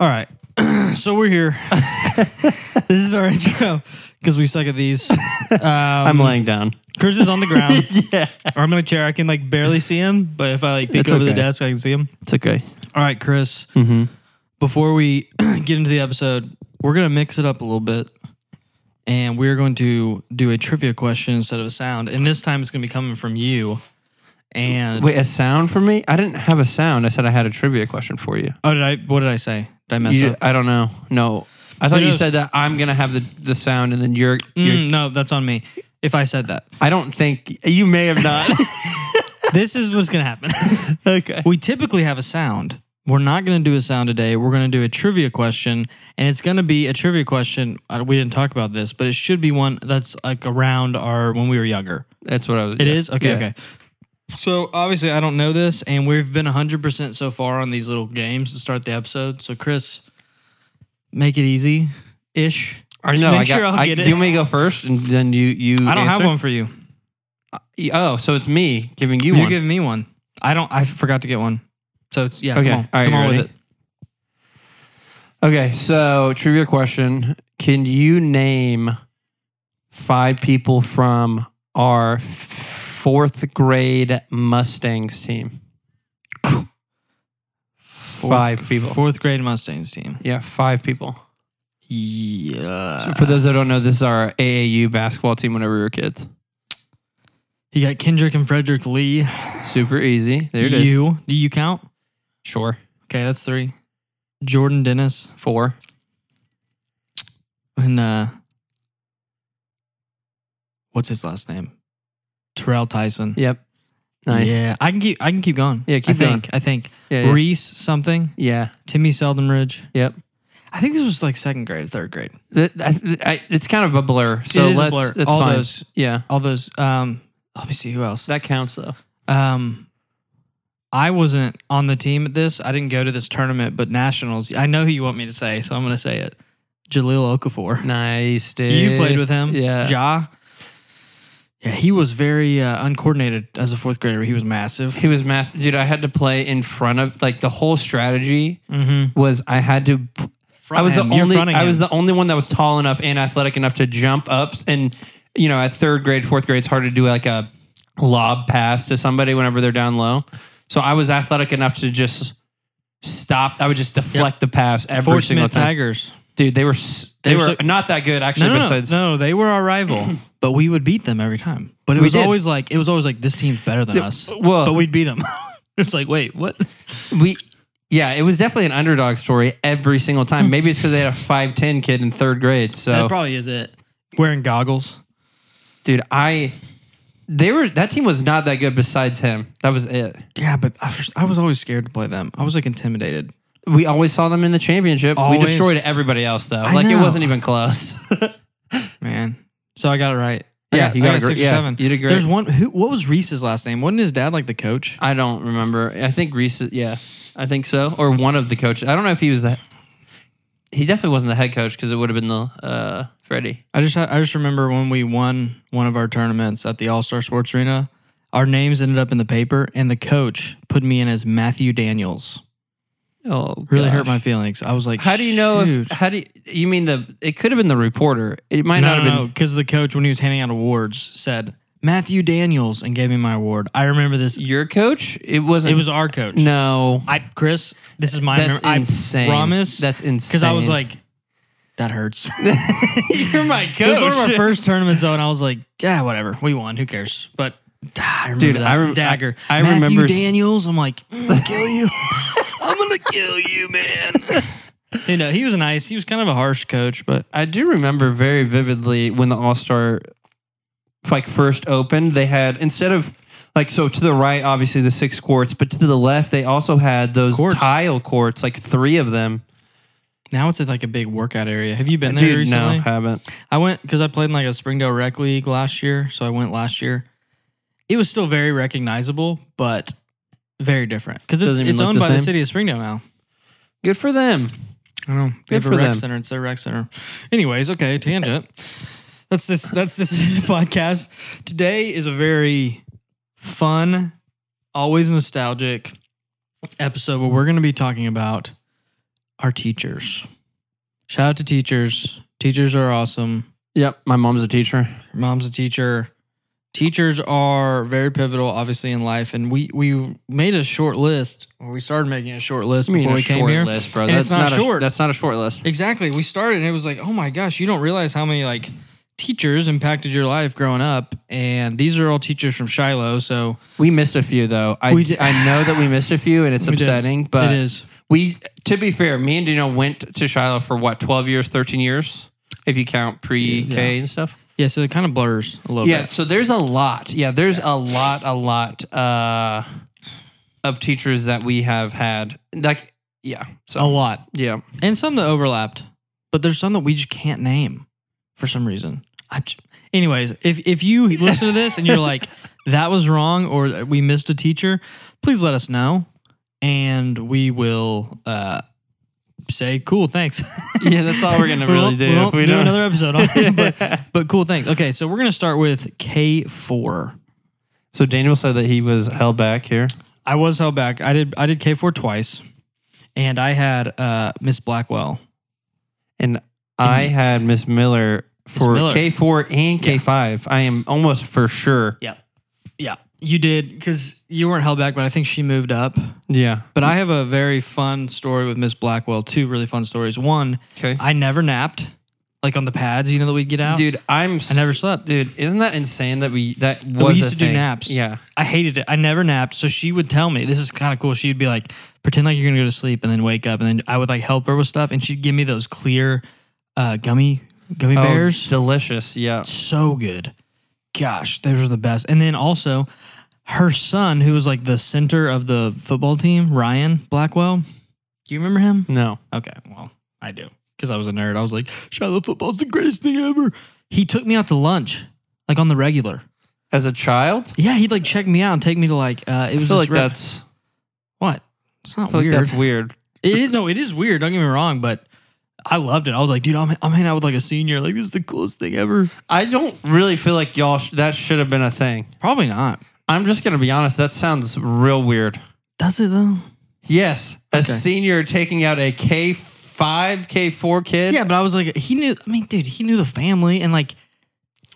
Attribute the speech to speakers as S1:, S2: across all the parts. S1: All right. so we're here. this is our intro because we suck at these. Um,
S2: I'm laying down.
S1: Chris is on the ground.
S2: Yeah.
S1: or I'm in a chair. I can like barely see him, but if I like peek
S2: That's
S1: over the
S2: okay. Mm-hmm.
S1: desk, I can see him.
S2: It's okay.
S1: All right, Chris. Before we get into the episode, we're gonna mix it up a little bit, and we're going to do a trivia question instead of a sound. And this time, it's gonna be coming from you. And
S2: Wait, a sound for me? I didn't have a sound. I said I had a trivia question for you.
S1: oh, did I? What did I say? Did I mess
S2: You-
S1: up?
S2: I don't know. No. I thought
S1: Who
S2: you
S1: knows?
S2: said that I'm gonna have the, the sound and then you're, you're
S1: Mm, no, that's on me. If I said that,
S2: I don't think you may have not.
S1: this is what's gonna happen.
S2: okay.
S1: We typically have a sound. We're not going to do a sound today. We're going to do a trivia question, and it's going to be a trivia question. uh, We didn't talk about this, but it should be one that's like around our when we were younger.
S2: That's what I was
S1: It is okay,
S2: Yeah.
S1: okay. So obviously, I don't know this, and we've been hundred percent so far on these little games to start the episode. So Chris, make it easy, ish.
S2: I know.
S1: Make
S2: I got,
S1: sure I'll
S2: I-
S1: get it.
S2: Do you want me to go first and then you you
S1: I don't have
S2: answer?
S1: one for you.
S2: Oh, so it's me giving you,
S1: You,
S2: one.
S1: give me one. I don't. I forgot to get one. So it's, yeah,
S2: Okay.
S1: come on,
S2: All right,
S1: come
S2: you
S1: on with
S2: ready?
S1: it.
S2: Okay, so trivia question. Can you name five people from our fourth grade Mustangs team? Five people.
S1: Fourth grade Mustangs team.
S2: Yeah, five people.
S1: Yeah.
S2: For those that don't know, this is our AAU basketball team whenever we were kids.
S1: You got Kendrick and Frederick Lee.
S2: Super easy. There it is.
S1: you. Do you count?
S2: Sure.
S1: Okay, that's three. Jordan Dennis
S2: Four.
S1: and uh what's his last name? Terrell Tyson.
S2: Yep. Nice. Yeah.
S1: Yeah. I can keep I can keep going.
S2: Yeah,
S1: I
S2: keep
S1: think. I think.
S2: Yeah. yeah.
S1: Reese something. Timmy Seldenridge.
S2: Yep.
S1: I think this was like second grade, third grade.
S2: Th- I- I- it's kind of a blur. So
S1: It is a
S2: let's.
S1: blur.
S2: It's
S1: All
S2: fine.
S1: those-
S2: Yeah.
S1: All those um let me see who else.
S2: That counts though.
S1: Um, I wasn't on the team at this. I didn't go to this tournament, but nationals. I know who you want me to say, so I'm going to say it. Jaleel Okafor.
S2: Nice, dude.
S1: You played with him,
S2: Yeah.
S1: Ja. Yeah, he was very uh, uncoordinated as a fourth grader. He was massive.
S2: He was mass, dude. I had to play in front of like the whole strategy
S1: Mm-hmm.
S2: was I had to. I was the only. I was the only one that was tall enough and athletic enough to jump up and you know at third grade, fourth grade, it's hard to do like a lob pass to somebody whenever they're down low. So I was athletic enough to just stop. I would just deflect the pass every
S1: Fort
S2: single
S1: Smith
S2: time.
S1: Tigers.
S2: Dude, they were s- they
S1: They're
S2: were
S1: so-
S2: not that good actually.
S1: No, no, no,
S2: besides,
S1: no, they were our rival, but we would beat them every time. But it
S2: We
S1: was
S2: did.
S1: always like it was always like this team's better than us,
S2: well,
S1: but we'd beat them. it's like wait, what?
S2: We, yeah, it was definitely an underdog story every single time. Maybe it's because they had a five ten kid in third grade. So,
S1: That probably is it. Wearing goggles.
S2: dude, I they were that team was not that good. Besides him, that was it.
S1: Yeah, but I was, I was always scared to play them. I was like intimidated.
S2: We always saw them in the championship.
S1: Always.
S2: We destroyed everybody else though.
S1: I
S2: like it
S1: know.
S2: wasn't even close.
S1: Man. So I got it right. I
S2: Yeah,
S1: got,
S2: you
S1: I
S2: got
S1: got
S2: it gr-
S1: six or
S2: yeah,
S1: seven.
S2: you did great.
S1: There's one who what was Reese's last name? Wasn't his dad like the coach?
S2: I don't remember. I think Reese. Yeah, I think so. Or one of the coaches. I don't know if he was the. He definitely wasn't the head coach because it would have been the uh, Freddie.
S1: I just I just remember when we won one of our tournaments at the All Star Sports Arena, our names ended up in the paper and the coach put me in as Matthew Daniels.
S2: Oh,
S1: Really
S2: gosh.
S1: hurt my feelings. I was like,
S2: How do you know
S1: "Shoot."
S2: if how do you, you mean the it could have been the reporter. It might
S1: no,
S2: not have been
S1: because the coach when he was handing out awards said Matthew Daniels and gave me my award. I remember this.
S2: your coach. It wasn't
S1: It was our coach.
S2: no.
S1: I Chris, this is my
S2: That's
S1: mem- I
S2: insane.
S1: promise.
S2: That's insane.
S1: because I was like, that hurts.
S2: You're my
S1: it was one of our
S2: coach.
S1: first tournaments though, and I was like, yeah, whatever, we won, who cares? But ah, I remember
S2: Dude,
S1: that
S2: I rem-
S1: dagger.
S2: I- I
S1: Matthew
S2: remember s-
S1: Daniels. I'm like, I'm gonna kill you. I'm gonna kill you, man. you know, he was nice. He was kind of a harsh coach, but
S2: I do remember very vividly when the All Star like first opened, they had instead of like so to the right, obviously the six courts, but to the left they also had those
S1: Courts.
S2: tile courts, like three of them.
S1: now it's like a big workout area. Have you been there
S2: Uh, Dude,
S1: recently?
S2: no, haven't.
S1: I went because I played in like a Springdale Rec League last year, so I went last year. It was still very recognizable, but very different because it's,
S2: Doesn't even
S1: it's
S2: look
S1: owned
S2: the
S1: by the
S2: same?
S1: city of Springdale now.
S2: Good for them.
S1: I don't know. They
S2: Good
S1: have a
S2: for
S1: rec
S2: them.
S1: center. It's their rec center. Anyways, okay, tangent. That's this. That's this podcast. Today is a very fun, always nostalgic episode. But we're going to be talking about our teachers. Shout out to teachers. Teachers are awesome.
S2: Yep, my mom's a teacher.
S1: Your mom's a teacher. Teachers are very pivotal, obviously, in life. And we we made a short list, or we started making a short list
S2: I mean,
S1: before
S2: a
S1: we came
S2: short
S1: here.
S2: list, bro.
S1: And
S2: That's
S1: it's not
S2: a,
S1: short.
S2: That's not a short list.
S1: Exactly. We started and it was like, oh my gosh, you don't realize how many like teachers impacted your life growing up. And these are all teachers from Shiloh. So
S2: We missed a few though. I
S1: We did-
S2: I know that we missed a few, and it's
S1: We did.
S2: upsetting. But
S1: it is.
S2: we, to be fair, me and Dino went to Shiloh for what twelve years, thirteen years, if you count pre K and stuff.
S1: Yeah. So it kind of blurs a little
S2: Yeah.
S1: bit.
S2: So there's a lot. Yeah, there's a lot, a lot uh, of teachers that we have had. Like, yeah. So
S1: A lot.
S2: yeah,
S1: And some that overlapped, but there's some that we just can't name for some reason. I j anyways, if, if you listen to this and you're like, that was wrong or uh, we missed a teacher, please let us know. And we will uh, say, cool, thanks.
S2: yeah. That's all we're gonna really
S1: won't-
S2: do.
S1: won't
S2: if we don't.
S1: another episode on it. But, but cool, thanks. Okay, so we're gonna start with K four.
S2: so Daniel said that he was held back here.
S1: I was held back. I did I did K four twice, and I had uh, Miss Blackwell.
S2: And I had Mm-hmm. Miss Miller for
S1: Miller.
S2: K4 and K5. I am almost for sure.
S1: Yeah, yeah. You did because you weren't held back, but I think she moved up.
S2: Yeah.
S1: But I have a very fun story with Miss Blackwell. Two really fun stories. One,
S2: Okay.
S1: I never napped, like on the pads. You know that we get out.
S2: Dude, I'm s-
S1: I never slept.
S2: Dude, isn't that insane that we that was
S1: used
S2: a
S1: to do
S2: thing?
S1: naps.
S2: Yeah.
S1: I hated it. I never napped. So she would tell me, this is kind of cool. She'd be like, pretend like you're going to go to sleep and then wake up. And then I would like help her with stuff. And she'd give me those clear uh, gummy gummy
S2: Oh,
S1: bears.
S2: delicious. Yeah.
S1: so good. Gosh, those were the best. And then also her son, who was like the center of the football team, Ryan Blackwell. Do you remember him?
S2: No.
S1: Okay, well, I do because I was a nerd. I was like, Shiloh football's the greatest thing ever. He took me out to lunch, like on the regular.
S2: As a child,
S1: Yeah, he'd like check me out and take me to like uh it
S2: I
S1: was
S2: feel
S1: this
S2: like
S1: re-
S2: that's
S1: what? It's
S2: I
S1: not
S2: feel like
S1: weird.
S2: that's weird.
S1: it is no, it is weird. Don't get me wrong, but I loved it. I was like, dude, I'm I'm hanging out with like a senior. Like this is the coolest thing ever.
S2: I don't really feel like y'all sh- that should have been a thing.
S1: Probably not.
S2: I'm just gonna be honest. That sounds real weird.
S1: Does it though?
S2: Yes, a
S1: Okay.
S2: senior taking out a K five, K four kid.
S1: Yeah, but I was like, he knew. I mean, dude, he knew the family and like,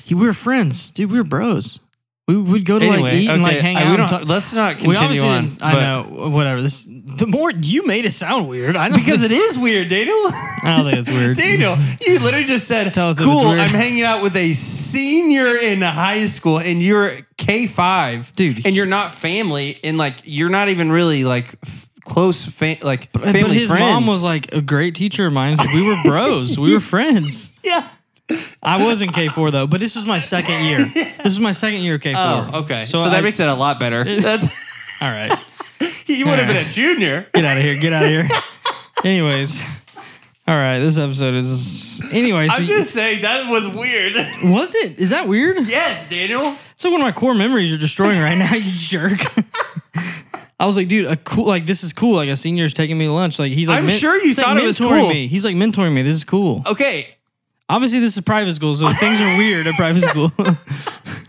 S1: he, we were friends, dude. We were bros. We would go to like eat and like hang
S2: I-
S1: out.
S2: we
S1: and
S2: don't-
S1: talk-
S2: let's not
S1: we
S2: continue
S1: obviously
S2: on.
S1: didn't- I
S2: but-
S1: know. Whatever. This the more you made it sound weird. I don't
S2: Because it is weird, Daniel.
S1: I don't think it's weird.
S2: Daniel, you literally just said,
S1: Tell us if it's
S2: cool,
S1: weird."
S2: I'm hanging out with a senior in high school and you're K5.
S1: Dude,
S2: And you're not family and like, you're not even really like f- close, fa- like
S1: But
S2: family
S1: his
S2: friends.
S1: mom was like a great teacher of mine. We were bros. we were friends.
S2: yeah.
S1: I was in K four though, but this was my second year. This is my second year of K four.
S2: Oh, okay. So, that
S1: I-
S2: makes it a lot better. That's,
S1: all right.
S2: you would have been a junior.
S1: Get out of here. Get out of here. Anyways. All right, this episode is. Anyways,
S2: I'm just saying that was weird.
S1: was it? Is that weird?
S2: yes, Daniel.
S1: So one of my core memories you're destroying right now, you jerk. I was like, dude, a cool like this is cool. Like a senior's taking me to lunch. Like he's like,
S2: I'm sure you
S1: he's, like,
S2: thought it was
S1: mentoring
S2: cool.
S1: Me. He's like mentoring me. This is cool.
S2: Okay.
S1: Obviously, this is private school, so things are weird at private school.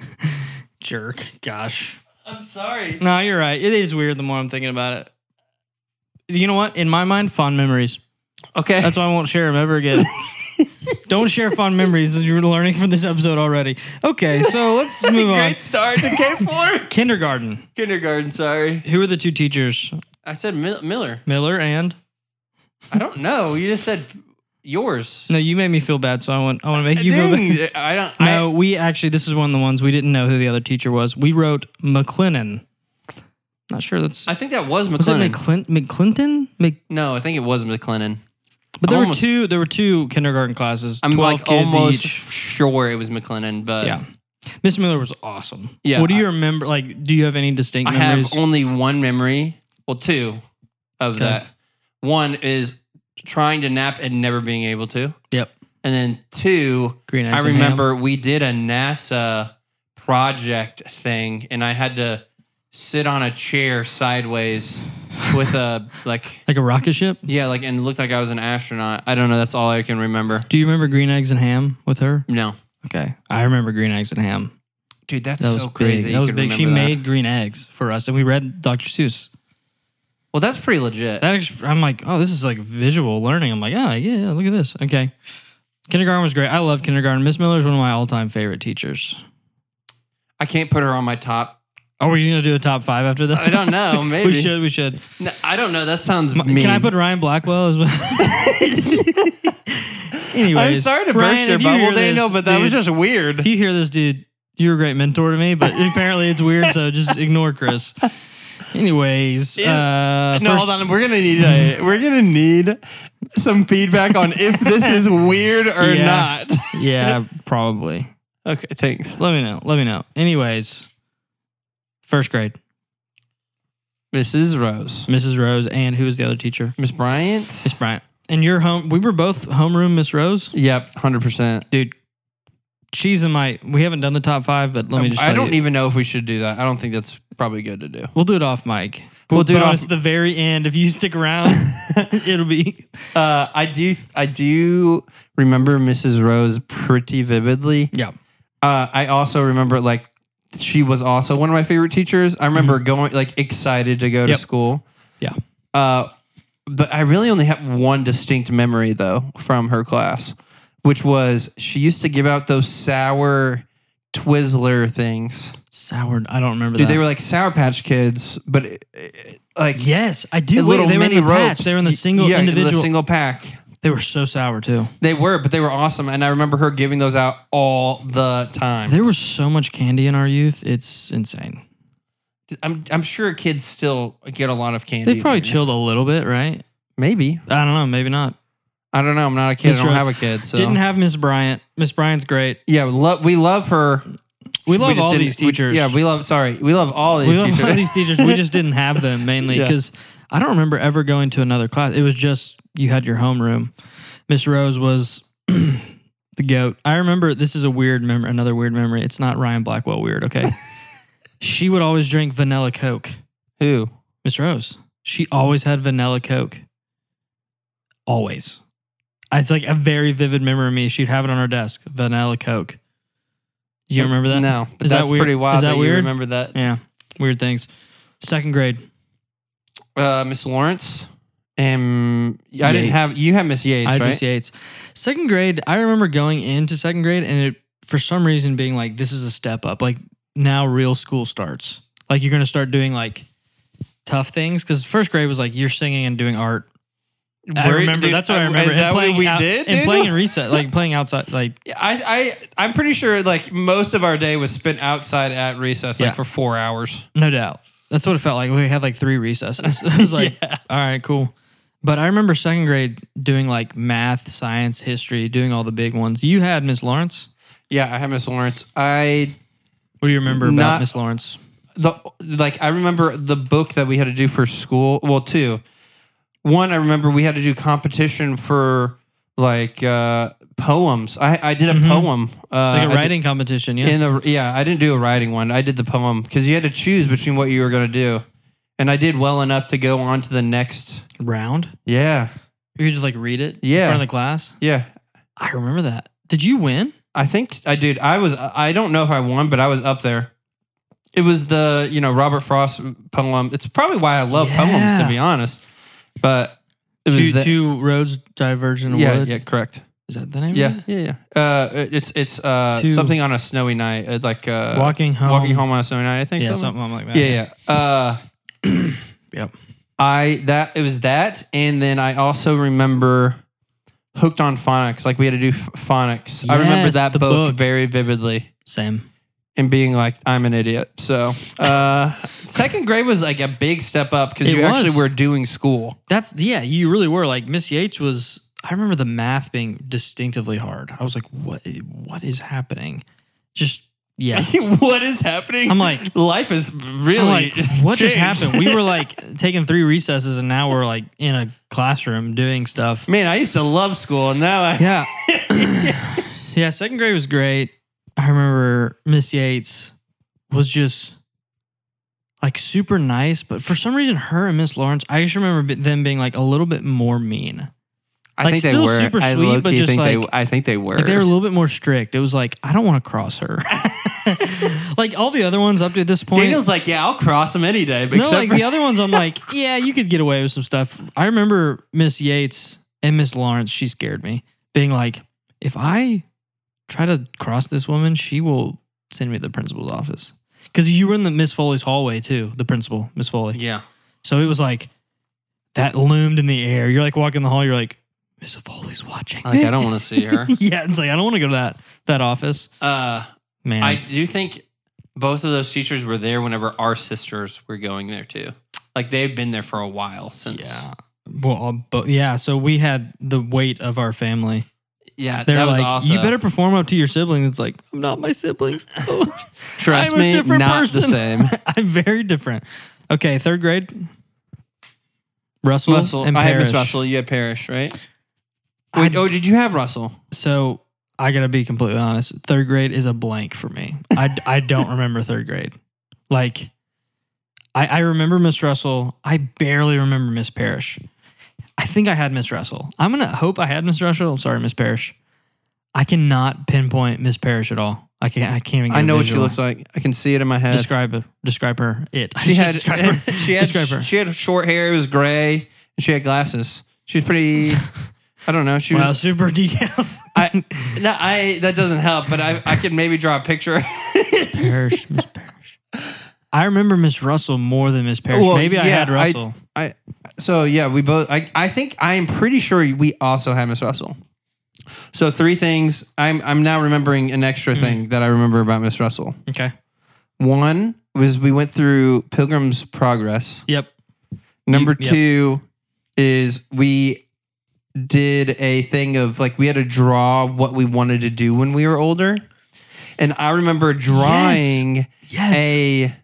S1: jerk. Gosh.
S2: I'm sorry.
S1: No, you're right. It is weird the more I'm thinking about it. You know what? In my mind, fond memories.
S2: Okay.
S1: That's why I won't share them ever again. Don't share fond memories as you're learning from this episode already. Okay, so let's move on.
S2: Great start to K4.
S1: Kindergarten.
S2: Kindergarten, sorry.
S1: Who are the two teachers?
S2: I said Mil- Miller.
S1: Miller and
S2: I don't know. You just said yours.
S1: no, you made me feel bad, so I want I want to make you feel bad.
S2: Dang, I don't.
S1: No, we actually this is one of the ones we didn't know who the other teacher was. We wrote McClinton. Not sure that's
S2: I, I think that was
S1: was it McClin
S2: McLennan.
S1: McClinton? Mc,
S2: no, I think it was McLennan.
S1: but there were
S2: I'm almost-
S1: two there were two kindergarten classes.
S2: I'm
S1: 12
S2: like
S1: kids each.
S2: almost sure it was McLennan, but
S1: Yeah. Miss Miller was awesome.
S2: Um, Yeah,
S1: What do you
S2: I-
S1: remember? Like, do you have any distinct
S2: I
S1: memories?
S2: have only one memory. Well, two of
S1: Okay.
S2: that. One is trying to nap and never being able to,
S1: yep.
S2: and then two
S1: Green eggs
S2: I
S1: and ham.
S2: remember we did a NASA project thing, and I had to sit on a chair sideways with a like
S1: like a rocket ship.
S2: yeah, like and it looked like I was an astronaut. I don't know. That's all I can remember.
S1: Do you remember green eggs and ham with her?
S2: No,
S1: Okay, I remember green eggs and ham.
S2: dude, that's
S1: That was
S2: so crazy.
S1: Big.
S2: you
S1: That was
S2: could
S1: big. She
S2: remember that.
S1: made green eggs for us, and we read Dr. Seuss.
S2: Well, that's pretty legit.
S1: That ex- I'm like, oh, this is like visual learning. I'm like, ah, yeah, yeah, look at this. Okay. Kindergarten was great. I love kindergarten. Miss Miller is one of my all-time favorite teachers.
S2: I can't put her on my top.
S1: Are we gonna do a top five after that?
S2: I don't know. Maybe
S1: we should. We should.
S2: No, I don't know. That sounds
S1: M-
S2: mean.
S1: Can I put Ryan Blackwell as well? Anyways,
S2: I'm sorry to
S1: Ryan,
S2: burst your
S1: if you hear
S2: bubble, Daniel,
S1: this,
S2: but that was
S1: dude,
S2: just weird.
S1: If you hear this, dude, you're a great mentor to me, but apparently it's weird, so just ignore Chris. Anyways,
S2: Is-
S1: uh,
S2: no,
S1: first-
S2: hold on. We're gonna need a, we're gonna need some feedback on if this is weird or
S1: Yeah.
S2: not.
S1: Yeah, probably.
S2: Okay, thanks.
S1: Let me know. Let me know. Anyways, first grade,
S2: Mrs. Rose,
S1: Mrs. Rose, and who was the other teacher?
S2: Miss Bryant.
S1: Miss Bryant. And your home. We were both homeroom Miss Rose,
S2: Yep, hundred percent.
S1: dude. She's in my. We haven't done the top five, but let me just.
S2: Um, I
S1: tell
S2: don't
S1: you.
S2: even know if we should do that. I don't think that's probably good to do.
S1: We'll do it off mic.
S2: We'll do it
S1: bonus
S2: off-
S1: the very end. If you stick around, it'll be.
S2: Uh, I do. I do remember Mrs. Rose pretty vividly.
S1: Yeah.
S2: Uh, I also remember like she was also one of my favorite teachers. I remember going like excited to go
S1: Mm-hmm. Yep.
S2: to school.
S1: Yeah.
S2: Uh, but I really only have one distinct memory though from her class, which was she used to give out those sour Twizzler things.
S1: Soured. I don't remember
S2: Dude,
S1: that.
S2: they were like Sour Patch Kids, but it, it- like
S1: Yes, I do. Wait,
S2: little
S1: they were in
S2: mini
S1: the patch.
S2: ropes.
S1: They were in the
S2: Y-
S1: single
S2: yeah,
S1: individual.
S2: the single pack.
S1: they were so sour too.
S2: They were, but they were awesome, and I remember her giving those out all the time.
S1: There was so much candy in our youth. It's insane.
S2: I'm I'm sure kids still get a lot of candy.
S1: They've probably
S2: here.
S1: chilled a little bit, right?
S2: Maybe
S1: I don't know. Maybe not.
S2: I don't know. I'm not a kid.
S1: That's
S2: I don't
S1: right.
S2: have a kid. So
S1: Didn't have Miss Bryant. Miss Bryant's great.
S2: yeah, we love we love her.
S1: We love
S2: just
S1: all
S2: didn't-
S1: these
S2: we-
S1: teachers.
S2: yeah, we love. Sorry, we love all these
S1: We love
S2: teachers.
S1: all these teachers. We just didn't have them mainly
S2: Yeah.
S1: because I don't remember ever going to another class. It was just you had your homeroom. Miss Rose was the goat. I remember this is a weird memory. Another weird memory. It's not Ryan Blackwell weird. Okay, she would always drink vanilla Coke.
S2: Who?
S1: Miss Rose. She always had vanilla Coke. Always. I it's like a very vivid memory of me. She'd have it on her desk. Vanilla Coke. You remember that?
S2: No, but
S1: Is that
S2: that's
S1: weird?
S2: pretty
S1: Is
S2: wild.
S1: that
S2: you
S1: weird?
S2: Remember that?
S1: Yeah. Weird things. Second grade.
S2: Uh, Miss Lawrence. Um, I didn't
S1: Yates.
S2: have you had Miss Yates,
S1: I had
S2: right?
S1: Miss Yates. Second grade, I remember going into second grade and it for some reason being like, this is a step up. Like now real school starts. Like you're gonna start doing like tough things. Cause first grade was like you're singing and doing art. I
S2: Were-
S1: remember.
S2: dude,
S1: that's what I
S2: uh,
S1: remember.
S2: Is
S1: and
S2: that
S1: playing
S2: what we
S1: out-
S2: did?
S1: And
S2: dude?
S1: playing in recess, like playing outside, like
S2: I, I, I'm pretty sure like most of our day was spent outside at recess, like
S1: Yeah.
S2: for four hours.
S1: no doubt. That's what it felt like. We had like three recesses. it was like, all right, cool. But I remember second grade doing like math, science, history, doing all the big ones. You had Miss Lawrence.
S2: Yeah, I had Miss Lawrence. I
S1: What do you remember about
S2: Not-
S1: Miss Lawrence?
S2: the like I remember the book that we had to do for school. Well, two. One, I remember we had to do competition for like uh poems. I I did a
S1: Mhm.
S2: poem.
S1: Like
S2: Uh,
S1: a
S2: I did-
S1: writing competition. Yeah.
S2: in the yeah, I didn't do a writing one. I did the poem because you had to choose between what you were gonna do, and I did well enough to go on to the next.
S1: Round.
S2: Yeah,
S1: You just like read it in
S2: Yeah.
S1: front of the class.
S2: yeah.
S1: I remember that. Did you win?
S2: I think I dude, I was I don't know if I won, but I was up there. It was the, you know, Robert Frost poem. It's probably why I love poems
S1: Yeah.
S2: to be honest. But it was
S1: Two,
S2: the,
S1: two roads diverge in a
S2: Yeah,
S1: wood.
S2: yeah, correct.
S1: Is that the name?
S2: Yeah,
S1: Of
S2: yeah, yeah. Uh, it- it's it's uh
S1: Two-
S2: something on a snowy night, uh, like uh
S1: it? Walking home.
S2: walking home on a snowy night, I think.
S1: Yeah,
S2: something.
S1: something like that.
S2: Yeah, yeah. Uh,
S1: Yep.
S2: I that it was that, and then I also remember hooked on phonics. Like we had to do ph- phonics. I remember
S1: Yes,
S2: that
S1: the
S2: book,
S1: book.
S2: very vividly,
S1: Same.
S2: and being like, "I'm an idiot." So uh, second grade was like a big step up because
S1: It
S2: you actually
S1: was.
S2: were doing school.
S1: That's yeah, you really were like Miss Yates was. I remember the math being distinctively hard. I was like, what? What is happening? Just yeah.
S2: what is happening?
S1: I'm like,
S2: life is
S1: I'm
S2: really
S1: like what just
S2: changed.
S1: happened? We were like taking three recesses, and now we're like in a classroom doing stuff.
S2: Man, I used to love school, and now I
S1: Yeah, yeah. Second grade was great. I remember Miss Yates was just like super nice, but for some reason, her and Miss Lawrence, I just remember them being like a little bit more mean.
S2: I
S1: Like,
S2: think they
S1: still
S2: were.
S1: super
S2: I
S1: sweet,
S2: low-key
S1: but just
S2: think they,
S1: like-
S2: I think they were.
S1: Like they were a little bit more strict. It was like, I don't want to cross her. like all the other ones up to this point.
S2: Daniel's like, yeah, I'll cross him any day.
S1: no, like the other ones, I'm like, yeah, you could get away with some stuff. I remember Miss Yates and Miss Lawrence, she scared me, being like, if I try to cross this woman, she will send me to the principal's office. Because you were in the Miss Foley's hallway too, the principal, Miss Foley.
S2: yeah.
S1: So it was like that loomed in the air. You're like walking the hall, you're like, Miss Foley's watching.
S2: Like I don't want to see her.
S1: yeah, it's like I don't want to go to that that office.
S2: Uh,
S1: Man.
S2: I do think both of those teachers were there whenever our sisters were going there too. Like they've been there for a while since.
S1: yeah. Well, uh, but yeah, so we had the weight of our family.
S2: yeah.
S1: They're
S2: that was
S1: like,
S2: awesome.
S1: you better perform up to your siblings. It's like, I'm not my siblings. though.
S2: trust
S1: I'm a
S2: me,
S1: different
S2: not the
S1: person.
S2: same.
S1: I'm very different. Okay, third grade. Russell,
S2: Russell,
S1: and
S2: I had Miss
S1: Parrish.
S2: Russell. You had Parrish, right?
S1: I-
S2: Wait, oh, did you have Russell?
S1: So I gotta be completely honest. Third grade is a blank for me. I, I don't remember third grade. Like, I, I remember Miss Russell. I barely remember Miss Parrish. I think I had Miss Russell. I'm gonna hope I had Miss Russell. I'm sorry, Miss Parrish. I cannot pinpoint Miss Parrish at all. I can't. I can't even. Get
S2: I
S1: a
S2: know what she
S1: visual.
S2: looks like. I can see it in my head.
S1: Describe her. Describe her. It. I
S2: she
S1: should
S2: had
S1: describe her.
S2: she had
S1: Describe her.
S2: she had short hair. It was gray, and she had glasses. She's pretty. I don't know. She
S1: Wow,
S2: was.
S1: super detailed.
S2: I, no, I that doesn't help, but I I could maybe draw a picture.
S1: Parrish, Miss Parrish. I remember Miss Russell more than Miss Parrish.
S2: Well,
S1: Maybe I
S2: yeah,
S1: had
S2: I-
S1: Russell.
S2: I so yeah, we both. I I think I am pretty sure we also had Miss Russell. So three things. I'm I'm now remembering an extra
S1: Mm.
S2: thing that I remember about Miss Russell.
S1: okay.
S2: One was we went through Pilgrim's Progress.
S1: Yep.
S2: Number
S1: yeah.
S2: two is we did a thing of like we had to draw what we wanted to do when we were older. And I remember drawing
S1: Yes.
S2: a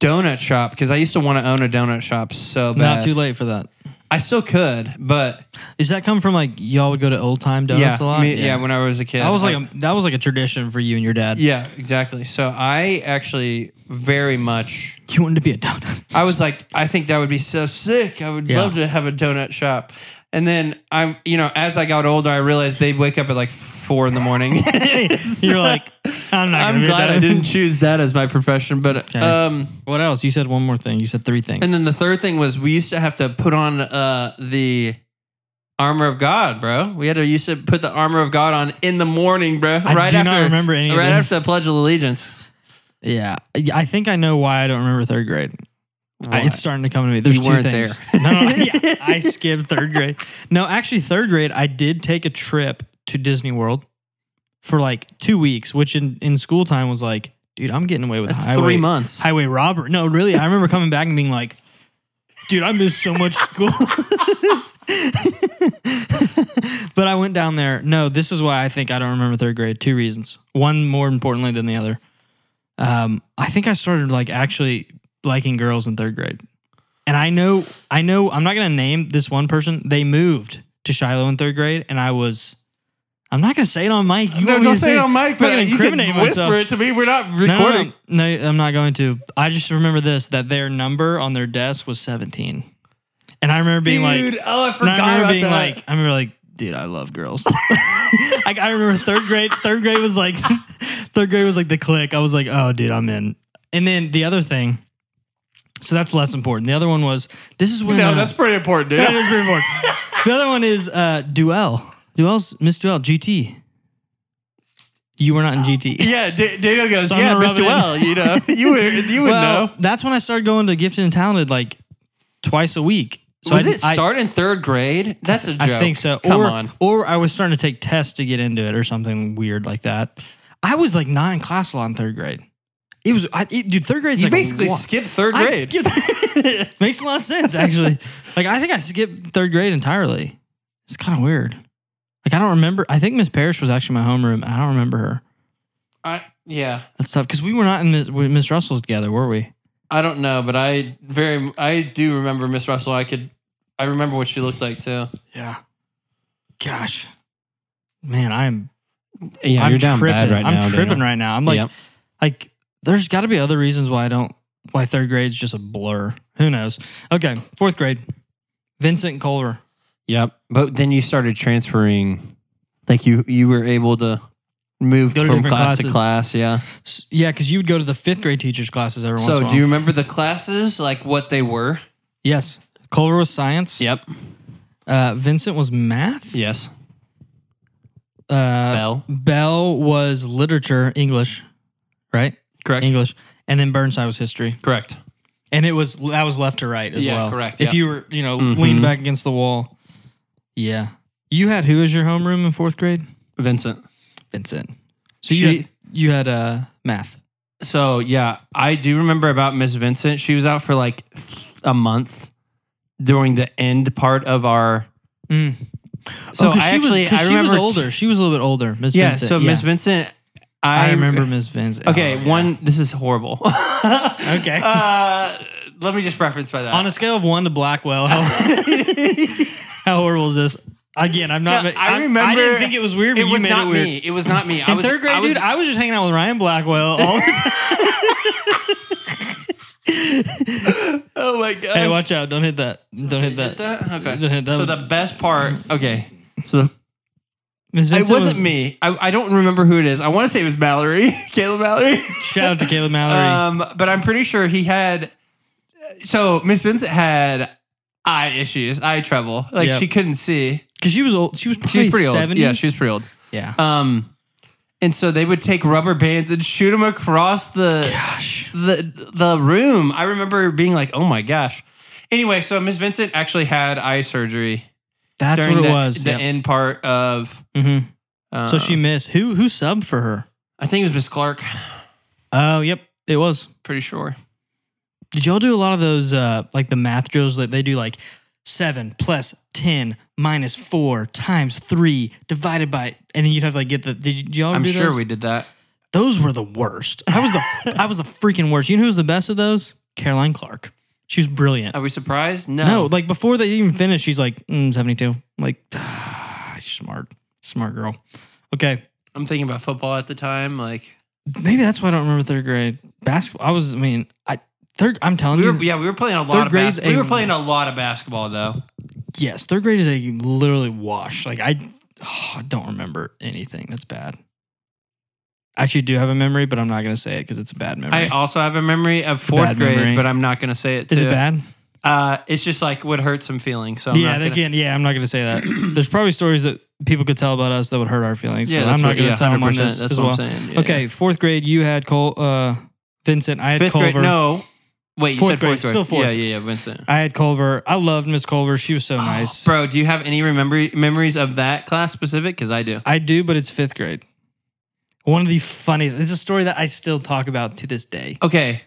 S2: donut shop because I used to want to own a donut shop so bad.
S1: Not too late for that.
S2: I still could, but
S1: Does that come from like y'all would go to old time donuts a
S2: yeah,
S1: lot?
S2: me- yeah. when I was a kid.
S1: that was like
S2: I-
S1: a, that was like a tradition for you and your dad.
S2: yeah, exactly. So I actually very much
S1: You wanted to be a donut.
S2: I was like, I think that would be so sick. I would
S1: Yeah.
S2: love to have a donut shop. And then I'm, you know, as I got older, I realized they'd wake up at like four in the morning.
S1: You're like, I'm not.
S2: I'm glad I didn't choose that as my profession. But um,
S1: What else? You said one more thing. You said three things.
S2: and then the third thing was we used to have to put on uh the armor of God, bro. We had to used to put the armor of God on in the morning, bro.
S1: I
S2: right
S1: do
S2: after
S1: not remember any of
S2: right
S1: this.
S2: after the Pledge of Allegiance.
S1: yeah, I think I know why I don't remember third grade. I, it's starting to come to me. There's
S2: You
S1: 2
S2: weren't
S1: things.
S2: there.
S1: No, no, yeah, I skipped third grade. No, actually, third grade, I did take a trip to Disney World for like two weeks, which in, in school time was like, dude, I'm getting away with
S2: That's
S1: highway,
S2: three months.
S1: highway robbery. No, really, I remember coming back and being like, dude, I missed so much school. but I went down there. No, this is why I think I don't remember third grade. Two reasons. One more importantly than the other. Um, I think I started like actually liking girls in third grade. And I know, I know, I'm not gonna name this one person. They moved to Shiloh in third grade, and I was, I'm not gonna say it on mic. You
S2: no,
S1: want me
S2: don't
S1: to
S2: say it on mic,
S1: I'm gonna
S2: but you can
S1: incriminate
S2: whisper
S1: myself.
S2: it to me. We're not recording.
S1: No, no, no, no, I'm not going to. I just remember this that their number on their desk was 17, and I remember being like,
S2: dude, oh, I
S1: and
S2: forgot
S1: I remember
S2: about
S1: being
S2: that.
S1: like, I remember like, dude, I love girls. like I remember third grade. Third grade was like, third grade was like the click. I was like, oh, dude, I'm in. And then the other thing, so that's less important. The other one was this is when
S2: no,
S1: uh,
S2: that's pretty important,
S1: that
S2: dude.
S1: is pretty important. the other one is uh, Duel. Duel's Miss Duel GT. You were not in GT.
S2: yeah, D- Daniel goes,
S1: So I'm
S2: yeah,
S1: gonna rub it
S2: Mr.
S1: in."
S2: Well, you know, you would, you would
S1: well,
S2: know.
S1: that's when I started going to Gifted and Talented like twice a week. So I, I,
S2: in third grade? That's a joke.
S1: I think so. or, Or I was starting to take tests to get into it or something weird like that. I was like not in class a lot in third grade. It was, I, it- dude, third grade's
S2: You
S1: like
S2: basically
S1: wa-
S2: skipped third
S1: I
S2: grade.
S1: skipped- makes a lot of sense, actually. like, I think I skipped third grade entirely. It's kind of weird. Like, I don't remember. I think Miss Parrish was actually my homeroom. and I don't remember her.
S2: I, yeah.
S1: That's tough because we were not in Miss, with Miss Russell's together, were we?
S2: I don't know, but I very, I do remember Miss Russell. I could, I remember what she looked like too.
S1: Yeah. Gosh. Man, I'm
S3: Yeah,
S1: I'm
S3: you're down
S1: tripping.
S3: bad right
S1: I'm
S3: now.
S1: tripping right now. I'm like
S3: Yep.
S1: like there's got to be other reasons why I don't why third grade's just a blur. Who knows? Okay, fourth grade. Vincent Kohler.
S2: Yep. But then you started transferring, like you you were able to move
S1: Go to
S2: from
S1: different
S2: class to
S1: classes.
S2: class. Yeah.
S1: S- Yeah, because you would go to the fifth grade teachers' classes every once in a
S2: So
S1: while.
S2: do you remember the classes, like what they were?
S1: yes. Culver was science.
S2: Yep.
S1: Uh, Vincent was math.
S2: Yes.
S1: Uh,
S2: Bell.
S1: Bell was literature, English, right?
S2: Correct.
S1: English. And then Burnside was history.
S2: Correct.
S1: And it was that was left to right as
S2: Yeah,
S1: well.
S2: correct,
S1: If
S2: yeah.
S1: you were, you know,
S2: Mhm.
S1: leaned back against the wall. Yeah. You had who as your homeroom in fourth grade?
S2: Vincent.
S1: Vincent. So you
S2: She-
S1: had, you had uh math.
S2: So yeah, I do remember about Miss Vincent. She was out for like a month during the end part of our.
S1: Mm.
S2: So
S1: Oh, 'cause
S2: I
S1: she
S2: actually
S1: was, 'cause
S2: I
S1: she
S2: remember
S1: was older. She was a little bit older, Miss
S2: Yeah.
S1: Vincent.
S2: So Miss Vincent, I,
S1: I remember Miss Vincent.
S2: Okay,
S1: Oh, yeah.
S2: one. This is horrible. okay. Uh, let me just reference by that.
S1: on a scale of one to Blackwell. How, how horrible is this? Again, I'm not.
S2: Yeah, I
S1: I'm- I
S2: remember-
S1: didn't think it was weird, but
S2: it
S1: you
S2: was
S1: made
S2: not
S1: it weird.
S2: me. It was not me. I
S1: In
S2: was
S1: third grade,
S2: I was,
S1: dude, I was just hanging out with Ryan Blackwell. All the time.
S2: oh my god.
S1: hey, watch out! Don't hit that! Don't hit that!
S2: Hit that? Okay.
S1: Don't hit that
S2: So
S1: one.
S2: the best part. Okay. So the
S1: Miss
S2: it
S1: Vincent
S2: wasn't
S1: was-
S2: me. I, I don't remember who it is. I want to say it was Mallory, Caleb Mallory.
S1: Shout out to Caleb Mallory.
S2: Um, but I'm pretty sure he had. So Miss Vincent had eye issues, eye trouble. Like
S1: Yep.
S2: she couldn't see.
S1: Because she was old. She was
S2: She
S1: probably
S2: was pretty old.
S1: 70s.
S2: Yeah, she was pretty old.
S1: Yeah.
S2: Um, and so they would take rubber bands and shoot them across the
S1: Gosh.
S2: the the room. I remember being like, "Oh my gosh." Anyway, so Miss Vincent actually had eye surgery.
S1: That's
S2: during
S1: what it
S2: the,
S1: was.
S2: The
S1: Yep.
S2: end part of.
S1: Mhm.
S2: Uh,
S1: So she missed. Who who subbed for her?
S2: I think it was Miss Clark.
S1: Oh, yep. It was.
S2: Pretty sure.
S1: Did y'all do a lot of those uh like the math drills that they do like seven plus ten minus four times three divided by and then you'd have to like get the did, y- did y'all
S2: I'm
S1: do
S2: sure
S1: those?
S2: we did that.
S1: those were the worst. I was the I was the freaking worst. You know who was the best of those? Caroline Clark. She was brilliant.
S2: Are we surprised? No.
S1: no. like before they even finished, she's like mm, 72. I'm like ah, smart, smart girl. Okay,
S2: I'm thinking about football at the time. Like
S1: maybe that's why I don't remember third grade basketball. I was I mean I third. I'm telling
S2: we
S1: you,
S2: were, yeah, we were playing a
S1: Third
S2: lot of
S1: grade's
S2: bas- we
S1: a-
S2: were playing a lot of basketball though.
S1: Yes, third grade is a literally wash. Like I, oh, I don't remember anything. That's bad. I actually do have a memory, but I'm not gonna say it because it's a bad memory.
S2: I also have a memory of
S1: a
S2: fourth
S1: bad
S2: grade,
S1: memory.
S2: but I'm not gonna say it.
S1: is
S2: too.
S1: it bad?
S2: Uh, it's just like would hurt some feelings. So I'm
S1: yeah,
S2: not gonna-
S1: again, yeah, I'm not gonna say that. There's probably stories that people could tell about us that would hurt our feelings.
S2: yeah,
S1: so
S2: that's
S1: I'm not
S2: what-
S1: gonna
S2: yeah,
S1: tell them on
S2: 100%,
S1: this
S2: That's
S1: as
S2: what
S1: well.
S2: I'm saying. yeah.
S1: Okay, fourth grade, you had Col uh, Vincent. I had
S2: fifth
S1: Culver.
S2: grade. No, wait, you
S1: Fourth
S2: said
S1: grade,
S2: fourth grade.
S1: still fourth.
S2: Yeah, yeah, yeah, Vincent.
S1: I had Culver. I loved Miss Culver. She was so nice.
S2: Oh, bro. Do you have any remember memories of that class specific? Because I do.
S1: I do, but it's fifth grade. One of the funniest. It's a story that I still talk about to this day.
S2: Okay,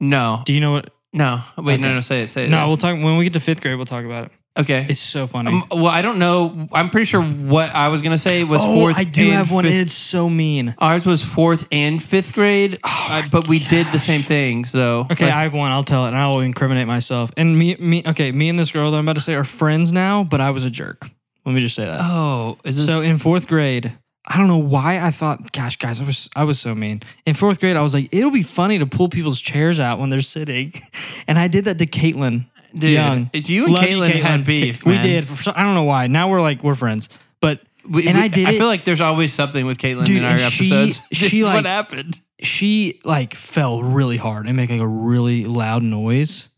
S2: no,
S1: Do you know what?
S2: no. Wait, no,
S1: Okay.
S2: no. Say it. Say it.
S1: No, we'll talk when we get to fifth grade. We'll talk about it.
S2: Okay.
S1: It's so funny.
S2: Um, well, I don't know. I'm pretty sure what I was gonna say was
S1: oh,
S2: fourth.
S1: I do
S2: and
S1: have one,
S2: fifth-
S1: and it's so mean.
S2: Ours was fourth and fifth grade, uh, but we did the same thing. So
S1: Oh, Okay,
S2: Like,
S1: I have one. I'll tell it, and I will incriminate myself. And me, me. Okay, me and this girl that I'm about to say are friends now, but I was a jerk. Let me just say that.
S2: oh, is this
S1: so in fourth grade, I don't know why I thought, gosh, guys, I was I was so mean. In fourth grade, I was like, it'll be funny to pull people's chairs out when they're sitting, and I did that to Caitlin.
S2: dude?
S1: young.
S2: If you and
S1: Love you,
S2: Caitlin, had
S1: Caitlin.
S2: beef.
S1: We
S2: man.
S1: did. For some- I don't know why. Now we're like we're friends, but
S2: We-
S1: And
S2: we-
S1: I did
S2: I
S1: it-
S2: feel like there's always something with Caitlin
S1: Dude,
S2: in our
S1: and she-
S2: episodes.
S1: she,
S2: what
S1: like-
S2: happened?
S1: she like fell really hard and made like a really loud noise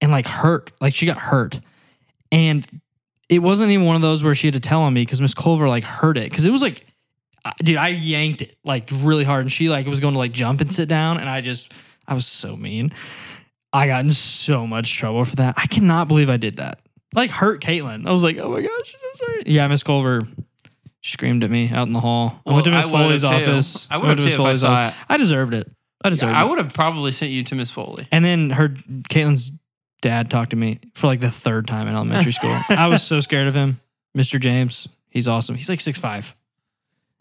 S1: and like hurt like she got hurt and it wasn't even one of those where she had to tell on me because miss culver like heard it because it was like I- dude i yanked it like really hard and she like was going to like jump and sit down and i just i was so mean i got in so much trouble for that i cannot believe i did that like hurt caitlin i was like oh my gosh she just hurt. yeah miss culver screamed at me out in the hall i went to
S2: Well,
S1: miss
S2: I would've
S1: foley's
S2: too.
S1: office
S2: I would've
S1: went to Miss
S2: too if I
S1: Foley's
S2: saw
S1: office. I deserved it i deserved
S2: I
S1: it
S2: would have probably sent you to Miss Foley.
S1: and then her Caitlin's dad talked to me for like the third time in elementary school. I was so scared of him. Mr. James, he's awesome. He's like six five.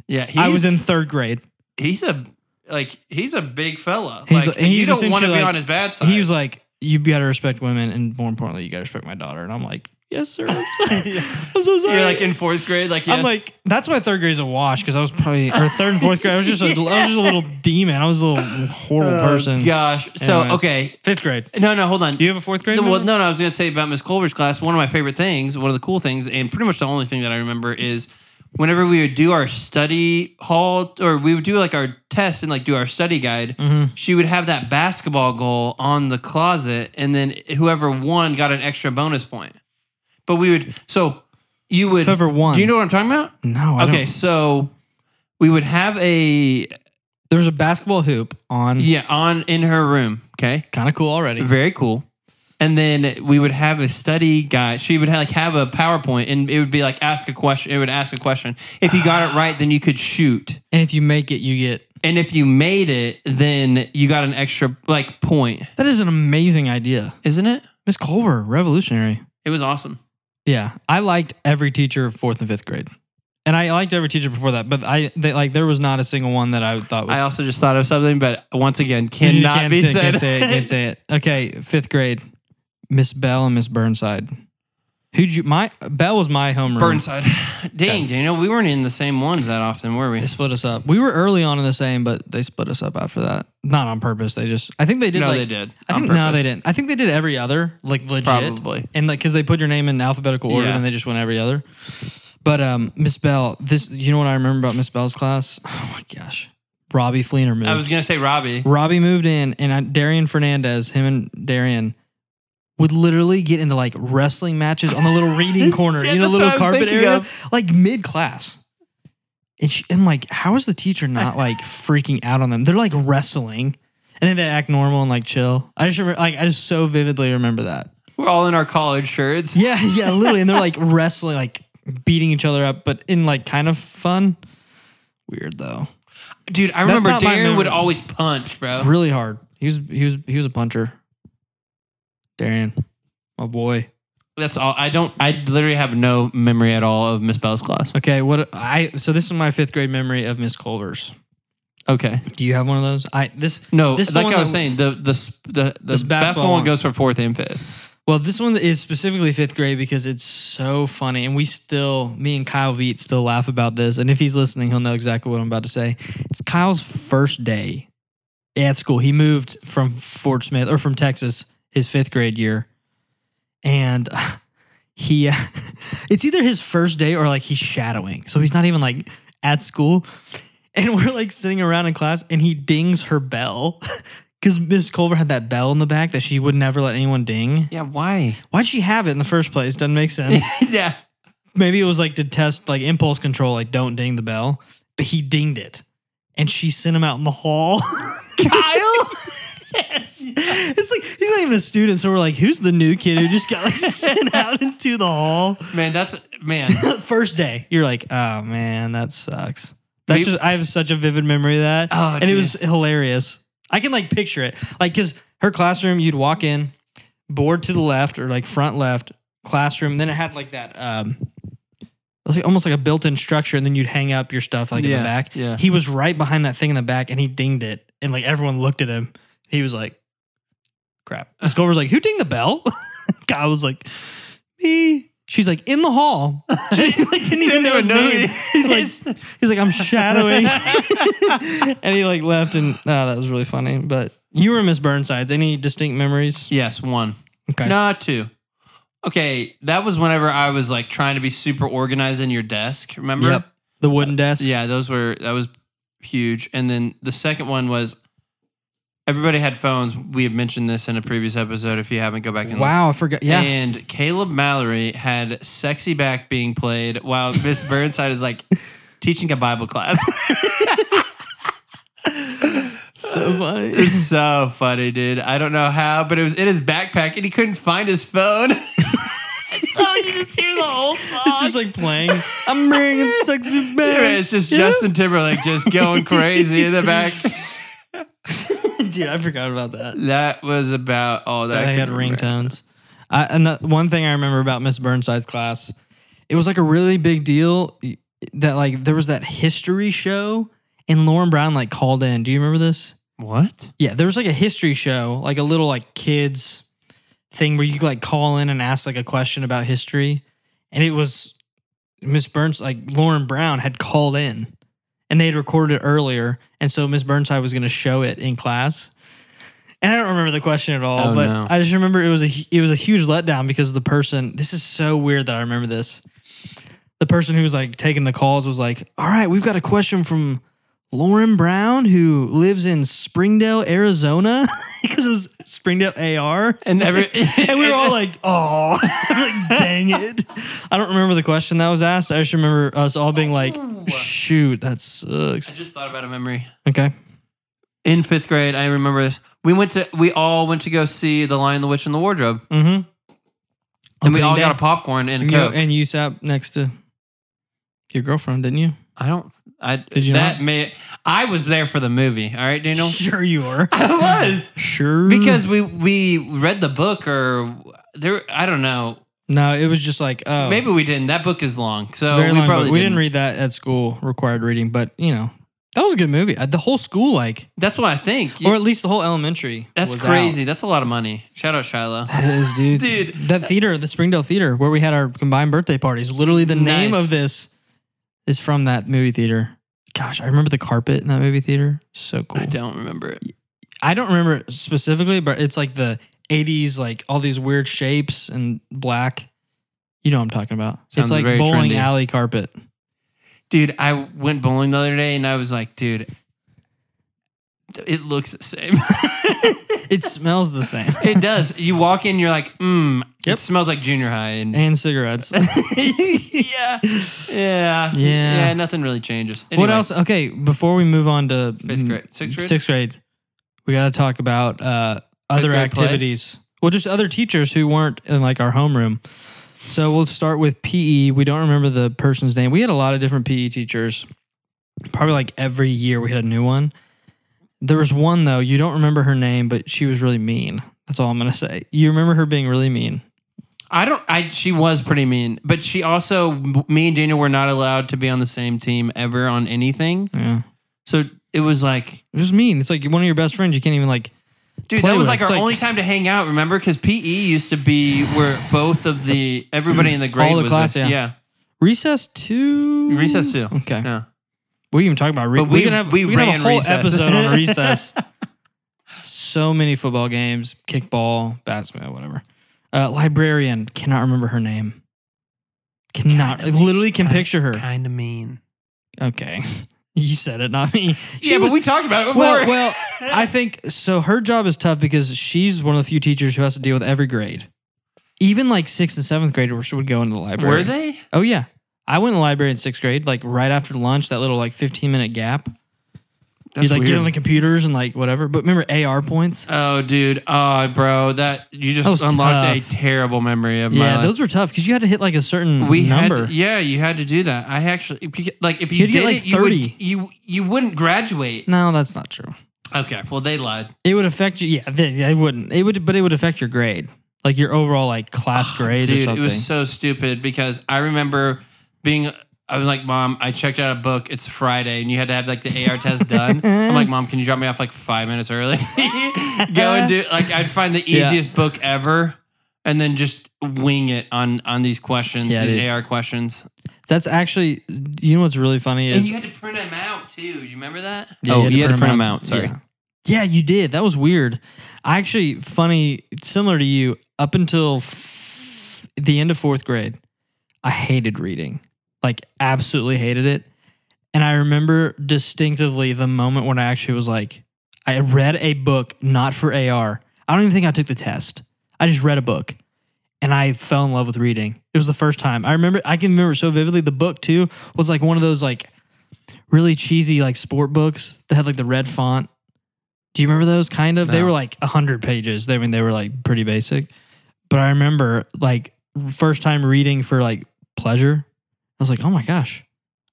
S2: Yeah, he's,
S1: I was in third grade.
S2: he's a like he's a big fella.
S1: He's-
S2: like
S1: he's
S2: you don't want to
S1: essentially
S2: be
S1: like-
S2: on his bad side.
S1: He was like, You gotta respect women and more importantly, you gotta respect my daughter. And I'm like, yes, sir. I'm so, I'm so sorry.
S2: You're like in fourth grade, like yes.
S1: I'm like, that's why third grade's a wash because I was probably or third and fourth grade. I was just a, I was just a little demon. I was a little horrible
S2: Oh,
S1: person.
S2: gosh. So
S1: Anyways.
S2: okay,
S1: Fifth grade.
S2: no, no, hold on.
S1: Do you have a fourth grade?
S2: No, well,
S1: memory?
S2: no, no, I was going to say about Miss Culver's class. One of my favorite things, one of the cool things, and pretty much the only thing that I remember is whenever we would do our study hall or we would do like our test and like do our study guide,
S1: Mm-hmm.
S2: she would have that basketball goal on the closet, and then whoever won got an extra bonus point. But we would, so you would,
S1: Whoever won.
S2: do you know what I'm talking about?
S1: No. I
S2: okay,
S1: Don't.
S2: so we would have a,
S1: There was a basketball hoop on.
S2: yeah, on in her room, okay?
S1: Kind of cool already.
S2: Very cool. And then we would have a study guide. She would like have a PowerPoint, and it would be like ask a question. It would ask a question. If you got it right, then you could shoot.
S1: And if you make it, you get.
S2: And if you made it, then you got an extra like point,
S1: That is an amazing idea.
S2: isn't it?
S1: Miss Culver, revolutionary.
S2: It was awesome.
S1: Yeah, I liked every teacher of fourth and fifth grade, and I liked every teacher before that. But I they, like there was not a single one that I thought was.
S2: I also just thought of something, but once again,
S1: You
S2: cannot
S1: can't
S2: be
S1: say, it, Can't
S2: said.
S1: say it. Can't say it. Okay, fifth grade, Miss Bell and Miss Burnside. Who'd you? My Bell was my homeroom.
S2: Burnside. Dang, Daniel, we weren't in the same ones that often, were we?
S1: They split us up. We were early on in the same, but they split us up after that. Not on purpose. They just. I think they did.
S2: no,
S1: like,
S2: they did.
S1: I
S2: On
S1: think no, they
S2: purpose.
S1: didn't. I think they did every other like legit.
S2: Probably.
S1: and like because they put your name in alphabetical order
S2: Yeah.
S1: and they just went every other but um miss bell this you know what i remember about miss bell's class oh my gosh robbie fleener moved
S2: I was gonna say Robbie.
S1: robbie moved in and I, darian fernandez him and darian would literally get into like wrestling matches on the little reading corner
S2: Yeah,
S1: you know
S2: that's
S1: little
S2: what I was
S1: carpet
S2: thinking
S1: area
S2: of.
S1: like mid-class and, she, and like how is the teacher not like freaking out on them they're like wrestling and then they act normal and like chill i just remember like i just so vividly remember that
S2: We're all in our college shirts.
S1: yeah, yeah, literally. And they're like wrestling, like beating each other up, but in like kind of fun. Weird though.
S2: Dude, I
S1: That's
S2: remember
S1: not my
S2: Darren would
S1: memory.
S2: always punch, bro.
S1: Really hard. He was he was he was a puncher. Darian. My boy.
S2: That's all. I don't. I literally have no memory at all of Miss Bell's class.
S1: Okay, what I so this is my fifth grade memory of Miss Culver's.
S2: Okay.
S1: Do you have one of those? I this
S2: No,
S1: This is the
S2: like
S1: one
S2: I was
S1: that-
S2: saying, the the s- the, the
S1: This
S2: basketball,
S1: basketball
S2: one
S1: one.
S2: goes for fourth and fifth.
S1: well, this one is specifically fifth grade because it's so funny, and we still, me and Kyle Veet still laugh about this. And if he's listening, he'll know exactly what I'm about to say. It's Kyle's first day at school. He moved from Fort Smith or from Texas his fifth grade year. And he, it's either his first day or like he's shadowing. So he's not even like at school. And we're like sitting around in class and he dings her bell because Miss Culver had that bell in the back that she would never let anyone ding.
S2: Yeah. Why?
S1: Why'd she have it in the first place? Doesn't make sense
S2: yeah.
S1: maybe it was like to test like impulse control, like don't ding the bell, but he dinged it. And she sent him out in the hall.
S2: Kyle.
S1: it's like he's not even a student, so we're like, who's the new kid who just got like sent out into the hall?
S2: man, that's man.
S1: First day. You're like, oh man, that sucks. That's
S2: Maybe-
S1: just I have such a vivid memory of that.
S2: Oh,
S1: and it was hilarious. I can like picture it. Like cause her classroom, you'd walk in, board to the left or like front left classroom. then it had like that um it was like almost like a built-in structure, and then you'd hang up your stuff like in
S2: Yeah,
S1: the back.
S2: yeah.
S1: He was right behind that thing in the back and he dinged it. And like everyone looked at him. He was like, crap. Miss Culver's like, who dinged the bell? Guy was like, me. She's like, in the hall. She like, didn't even know his name. He's like, he's like, I'm shadowing. and he like left and oh, that was really funny. But you were Miss Burnside's. Any distinct memories?
S2: yes, one.
S1: Okay.
S2: No, two. Okay, that was whenever I was like trying to be super organized in your desk. Remember?
S1: Yep. The wooden desk.
S2: Yeah, those were that was huge. And then the second one was everybody had phones. We had mentioned this in a previous episode. If you haven't, go back and look.
S1: Wow, I forgot. Yeah.
S2: And Caleb Mallory had sexy back being played while Miss Burnside is like teaching a Bible class.
S1: so funny.
S2: it's so funny, dude. I don't know how, but it was in his backpack and he couldn't find his phone. so Oh, you just hear the whole song.
S1: It's just like playing. I'm bringing sexy back.
S2: Yeah, it's just Justin Timberlake just going crazy in the back.
S1: Dude, I forgot about that.
S2: That was about all
S1: They
S2: that. I could
S1: had
S2: remember.
S1: ringtones. I, ano- one thing I remember about Miss Burnside's class, it was like a really big deal y- that like there was that history show and Lauren Brown like called in. Do you remember this?
S2: What?
S1: Yeah, there was like a history show, like a little like kids thing where you could, like call in and ask like a question about history, and it was Miss Burns like Lauren Brown had called in, and they had recorded it earlier, and so Miss Burnside was going to show it in class. And I don't remember the question at all,
S4: Oh,
S1: but
S4: no.
S1: I just remember it was a hu- it was a huge letdown because the person. This is so weird that I remember this. The person who was like taking the calls was like, "All right, we've got a question from Lauren Brown who lives in Springdale, Arizona, because it was Springdale AR."
S2: And every
S1: and we were all like, "Oh, like, dang it!" I don't remember the question that was asked. I just remember us all being like, "Shoot, that
S2: I
S1: sucks."
S2: just thought about a memory.
S1: Okay.
S2: In fifth grade, I remember this. We went to we all went to go see The Lion, the Witch, and the Wardrobe,
S1: Mm-hmm.
S2: and we all got a popcorn and a
S1: and you,
S2: coke.
S1: and you sat next to your girlfriend, didn't you?
S2: I don't. I
S1: Did you
S2: that
S1: not?
S2: may. I was there for the movie. All right, Daniel.
S1: Sure, you were.
S2: I was
S1: Sure.
S2: because we we read the book or there. I don't know.
S1: no, it was just like oh,
S2: Maybe we didn't. That book is long, so
S1: very
S2: we
S1: long, but
S2: probably
S1: we didn't read that at school required reading, but you know. That was a good movie. Uh, The whole school, like,
S2: That's what I think.
S1: or at least the whole elementary.
S2: That's
S1: was out.
S2: crazy. That's a lot of money. Shout out Shiloh.
S1: That is, dude.
S2: Dude.
S1: That theater, the Springdale Theater, where we had our combined birthday parties. Literally, the name
S2: Nice.
S1: of this is from that movie theater. Gosh, I remember the carpet in that movie theater. So cool.
S2: I don't remember it.
S1: I don't remember it specifically, but it's like the 80s, like all these weird shapes and black. You know what I'm talking about.
S2: Sounds
S1: it's like
S2: very
S1: bowling
S2: trendy.
S1: alley carpet.
S2: Dude, I went bowling the other day and I was like, dude, it looks the same.
S1: It smells the same.
S2: it does. You walk in, you're like, mmm,
S1: Yep.
S2: it smells like junior high. And
S1: and cigarettes.
S2: yeah, yeah, yeah. nothing really changes.
S1: What
S2: Anyway,
S1: else? Okay, before we move on to
S2: Fifth grade. Sixth grade?
S1: sixth grade, we got to talk about uh, other
S2: grade play?
S1: activities. Well, just other teachers who weren't in like our homeroom. So we'll start with PE. We don't remember the person's name. We had a lot of different PE teachers. Probably like every year we had a new one. There was one though. You don't remember her name, but she was really mean. That's all I'm gonna say. You remember her being really mean.
S2: I don't, I, she was pretty mean, but she also, me and Daniel were not allowed to be on the same team ever on anything.
S1: Yeah,
S2: So it was like,
S1: it was mean. It's like one of your best friends. You can't even like.
S2: Dude,
S1: play
S2: that was
S1: with.
S2: like
S1: It's
S2: our
S1: like-
S2: only time to hang out. Remember, because PE used to be where both of the everybody in the grade,
S1: the
S2: was
S1: class,
S2: there.
S1: yeah. Recess two.
S2: Recess two.
S1: Okay.
S2: yeah.
S1: We even talk about re-
S2: But
S1: we,
S2: we-
S1: can have
S2: we
S1: we, can have
S2: ran
S1: a whole
S2: recess.
S1: episode on recess. so many football games, kickball, basketball, whatever. Uh, librarian cannot remember her name. Cannot I literally can picture her.
S2: Kind of mean.
S1: Okay, you said it, not me. She
S2: yeah,
S1: was-
S2: but we talked about it before.
S1: well, well, I think so. Her job is tough because she's one of the few teachers who has to deal with every grade, even like sixth and seventh grade, where she would go into the library.
S2: were they?
S1: Oh yeah. I went to the library in sixth grade, like right after lunch, that little like 15 minute gap. you like get on the computers and like whatever. But remember AR points?
S2: oh, dude. Oh, bro. That you just
S1: That was
S2: unlocked
S1: tough.
S2: a terrible memory of my
S1: yeah,
S2: life.
S1: those were tough because you had to hit like a certain
S2: we
S1: number.
S2: Had, yeah, you had to do that. I actually if you- like if you
S1: You'd
S2: did
S1: get, like,
S2: it, you, would,
S1: 30.
S2: you you wouldn't graduate.
S1: No, that's not true.
S2: Okay, well they lied.
S1: It would affect you. Yeah, they, yeah, it wouldn't. It would, but it would affect your grade, like your overall like class grade or
S2: Ah, Dude,
S1: something.
S2: it was so stupid because I remember being. I was like, Mom, I checked out a book. It's Friday, and you had to have like the AR test done. I'm like, Mom, can you drop me off like five minutes early? Go and do like I'd find the
S1: Uh, Yeah.
S2: easiest book ever, and then just wing it on on these questions,
S1: Yeah,
S2: these
S1: dude.
S2: AR questions.
S1: that's actually. You know what's really funny
S2: And
S1: is
S2: you had to print them out too. You remember that?
S1: Yeah,
S4: Oh, you had to print 'em
S1: 'em
S4: out, sorry.
S1: Yeah. Yeah, you did. That was weird. I actually, funny, similar to you, up until f- the end of fourth grade, I hated reading, like, absolutely hated it. And I remember distinctively the moment when I actually was like, I read a book not for AR. I don't even think I took the test. I just read a book and I fell in love with reading. It was the first time. I remember, I can remember so vividly. The book, too, was like one of those, like, really cheesy like sport books that had like the red font. Do you remember those? Kind of. They
S2: No.
S1: were like hundred pages. They I mean they were like pretty basic. But I remember like first time reading for like pleasure. I was like, oh my gosh,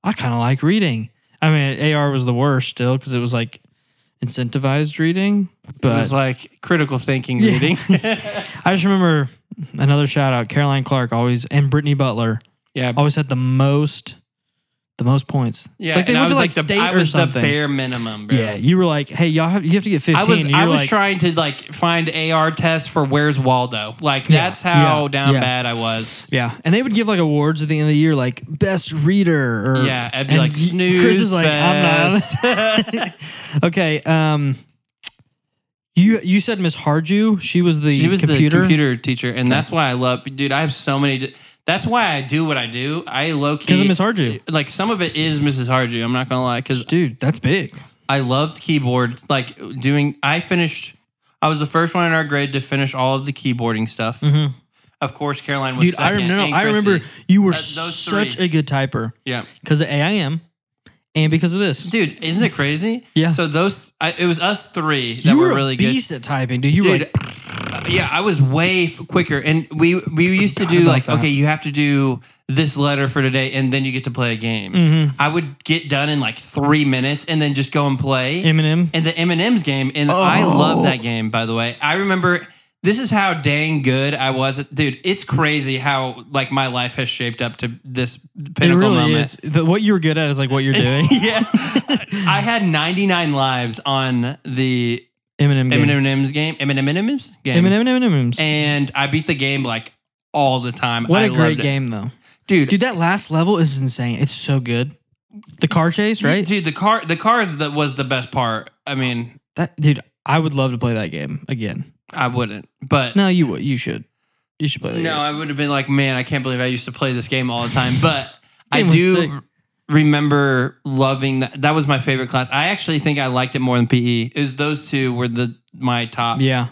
S1: I kind of like reading. I mean, AR was the worst still because it was like incentivized reading.
S2: it
S1: But
S2: was like critical thinking
S1: Yeah.
S2: reading.
S1: I just remember another shout out Caroline Clark always and Brittany Butler
S2: yeah,
S1: always had the most the most points.
S2: Yeah,
S1: like they
S2: and I
S1: went to
S2: was
S1: like,
S2: the,
S1: state
S2: I
S1: or
S2: was
S1: something.
S2: the bare minimum, bro.
S1: yeah, you were like, hey, y'all have you have to get fifteen.
S2: I was
S1: and you
S2: I
S1: were
S2: was
S1: like,
S2: trying to like find AR tests for where's Waldo. Like
S1: Yeah,
S2: that's how
S1: yeah,
S2: down
S1: yeah.
S2: bad I was.
S1: Yeah, and they would give like awards at the end of the year, like best reader. Or,
S2: Yeah, I'd be
S1: Er, and
S2: like
S1: y-
S2: snooze.
S1: Chris is like, I'm
S2: fest."
S1: not. okay, um, you you said Miss Harju, she was the
S2: she was
S1: computer.
S2: the computer teacher, and that's why I love, dude. I have so many. That's why I do what I do. I low
S1: Because of
S2: key
S1: Miss Harju,
S2: like some of it is Mrs. Harju. I'm not gonna lie, because
S1: dude, that's big.
S2: I loved keyboard. Like doing, I finished. I was the first one in our grade to finish all of the keyboarding stuff.
S1: Mhm.
S2: Of course, Caroline was
S1: Dude, I
S2: second.
S1: remember.
S2: and
S1: I remember
S2: Chrissy.
S1: you were
S2: Uh, those
S1: such
S2: three.
S1: a good typer
S2: Yeah,
S1: because of AIM, and because of this.
S2: dude, isn't it crazy?
S1: Yeah.
S2: So those, I, it was us three that
S1: you
S2: were,
S1: were
S2: really
S1: a
S2: good.
S1: beast at typing, dude. You were
S2: dude.
S1: like,
S2: yeah, I was way f- quicker, and we we used to
S1: Forgot
S2: do
S1: about
S2: like
S1: that.
S2: okay, you have to do this letter for today, and then you get to play a game.
S1: Mhm.
S2: I would get done in like three minutes, and then just go and play
S1: Eminem.
S2: and the M and M's game, and I
S1: Oh.
S2: love that game. By the way, I remember this is how dang good I was, at- dude. It's crazy how like my life has shaped up to this
S1: It
S2: pinnacle
S1: really
S2: moment.
S1: is. The, what you're good at is like what you're doing.
S2: yeah, I had 99 lives on the
S1: Eminem.
S2: M and
S1: game.
S2: M's game, M and M's game,
S1: Eminem. Eminem's.
S2: and I beat the game like all the time.
S1: What
S2: I
S1: a great
S2: loved it.
S1: game, though.
S2: dude.
S1: Dude, that last level is insane. It's so good. The car chase, right?
S2: Dude, the car, the cars that was the best part. I mean,
S1: That dude, I would love to play that game again.
S2: I wouldn't, but
S1: No, you would. You should. You should play that.
S2: No,
S1: game.
S2: I would have been like, man, I can't believe I used to play this game all the time. But I
S1: Game was
S2: do
S1: sick.
S2: remember loving that. That was my favorite class. I actually think I liked it more than PE. It was those two were the my top.
S1: yeah,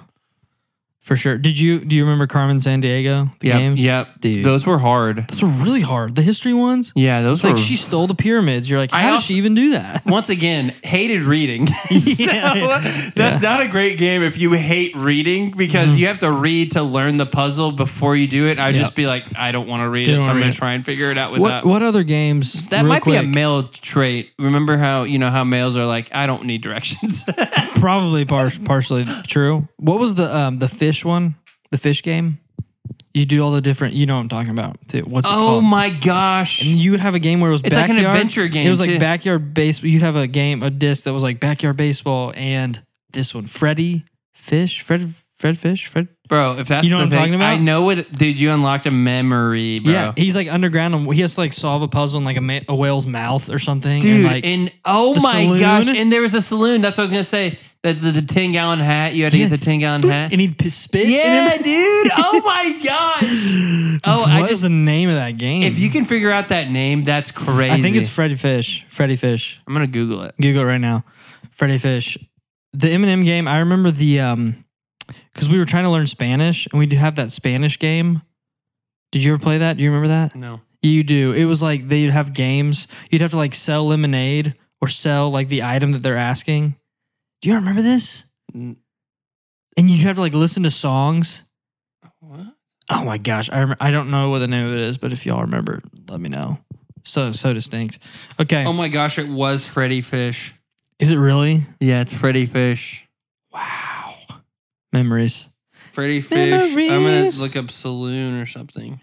S1: for sure. Did you do you remember Carmen San Diego? The
S2: yep,
S1: games.
S2: Yep.
S1: dude, those,
S2: Those were hard.
S1: were really hard. The history ones.
S2: Yeah, those
S1: It's like
S2: were.
S1: she stole the pyramids. You're like, how
S2: I
S1: did
S2: also-
S1: she even do that?
S2: once again, hated reading. so,
S1: Yeah. Mm-hmm.
S2: That's not a great game if you hate reading because you have to read to learn the puzzle before you do it. I'd
S1: Yeah.
S2: just be like, I don't want to read
S1: You
S2: it,
S1: don't
S2: so
S1: wanna
S2: I'm
S1: read
S2: going
S1: it.
S2: to try and figure it out without.
S1: What what other games?
S2: That
S1: real
S2: might be a
S1: quick?
S2: male trait. Remember how you know how males are like, I don't need directions.
S1: probably par- partially true. What was the um the fish one? The fish game. You do all the different. You know what I'm talking about. too. What's it
S2: oh
S1: called?
S2: my gosh!
S1: And you would have a game where it was
S2: It's like an
S1: backyard.
S2: adventure game,
S1: It was like
S2: too.
S1: backyard baseball. You'd have a game, a disc that was like backyard baseball, and this one, Freddy Fish, Fred, Fred Fish, Fred.
S2: Bro, if that's
S1: You know
S2: the
S1: what I'm
S2: thing,
S1: talking about?
S2: I know it, dude. You unlocked a memory, bro.
S1: Yeah, he's like underground, and he has to like solve a puzzle in like a, ma- a whale's mouth or something.
S2: dude.
S1: and
S2: And,
S1: like,
S2: oh
S1: the
S2: my gosh!
S1: saloon.
S2: And there was a saloon. That's what I was gonna say. That the, the ten gallon hat. You had to
S1: Yeah.
S2: get the ten gallon hat.
S1: and he'd p- spit.
S2: Yeah,
S1: and
S2: dude. Oh my gosh!
S1: everything.
S2: Oh,
S1: what
S2: I
S1: is
S2: just-
S1: the name of that game?
S2: If you can figure out that name, that's crazy.
S1: I think it's Freddy Fish. Freddy Fish.
S2: I'm gonna Google it.
S1: Google it right now. Freddy Fish. The Eminem game, I remember the um because we were trying to learn Spanish and we do have that Spanish game. Did you ever play that? Do you remember that?
S2: No.
S1: You do. It was like they'd have games. You'd have to like sell lemonade or sell like the item that they're asking. Do you remember this?
S2: N-
S1: And you'd have to like listen to songs.
S2: What?
S1: Oh my gosh, I rem- I don't know what the name of it is, but if y'all remember, let me know. So so distinct. Okay,
S2: Oh my gosh! It was Freddy Fish.
S1: is it really?
S2: Yeah, it's Freddy Fish.
S1: Wow, memories.
S2: Freddy Fish. I'm gonna
S1: Memories.
S2: look up saloon or something.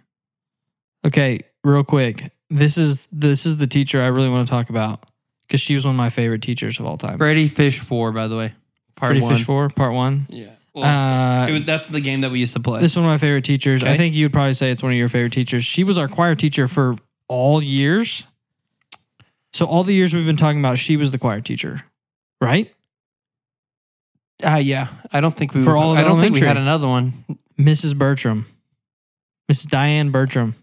S1: Okay, real quick. This is this is the teacher I really want to talk about because she was one of my favorite teachers of all time.
S2: Freddy Fish Four, by the way, part
S1: Pretty
S2: one.
S1: Fish Four, Part One.
S2: Yeah, well,
S1: Uh,
S2: it was, that's the game that we used to play.
S1: this is one of my favorite teachers. I
S2: Okay.
S1: think you would probably say it's one of your favorite teachers. She was our choir teacher for all years. So all the years we've been talking about, she was the choir teacher, right?
S2: Ah, yeah. I don't think we.
S1: For all of
S2: I don't think we
S1: elementary.
S2: had another one.
S1: Mrs. Bertram, Mrs. Diane Bertram,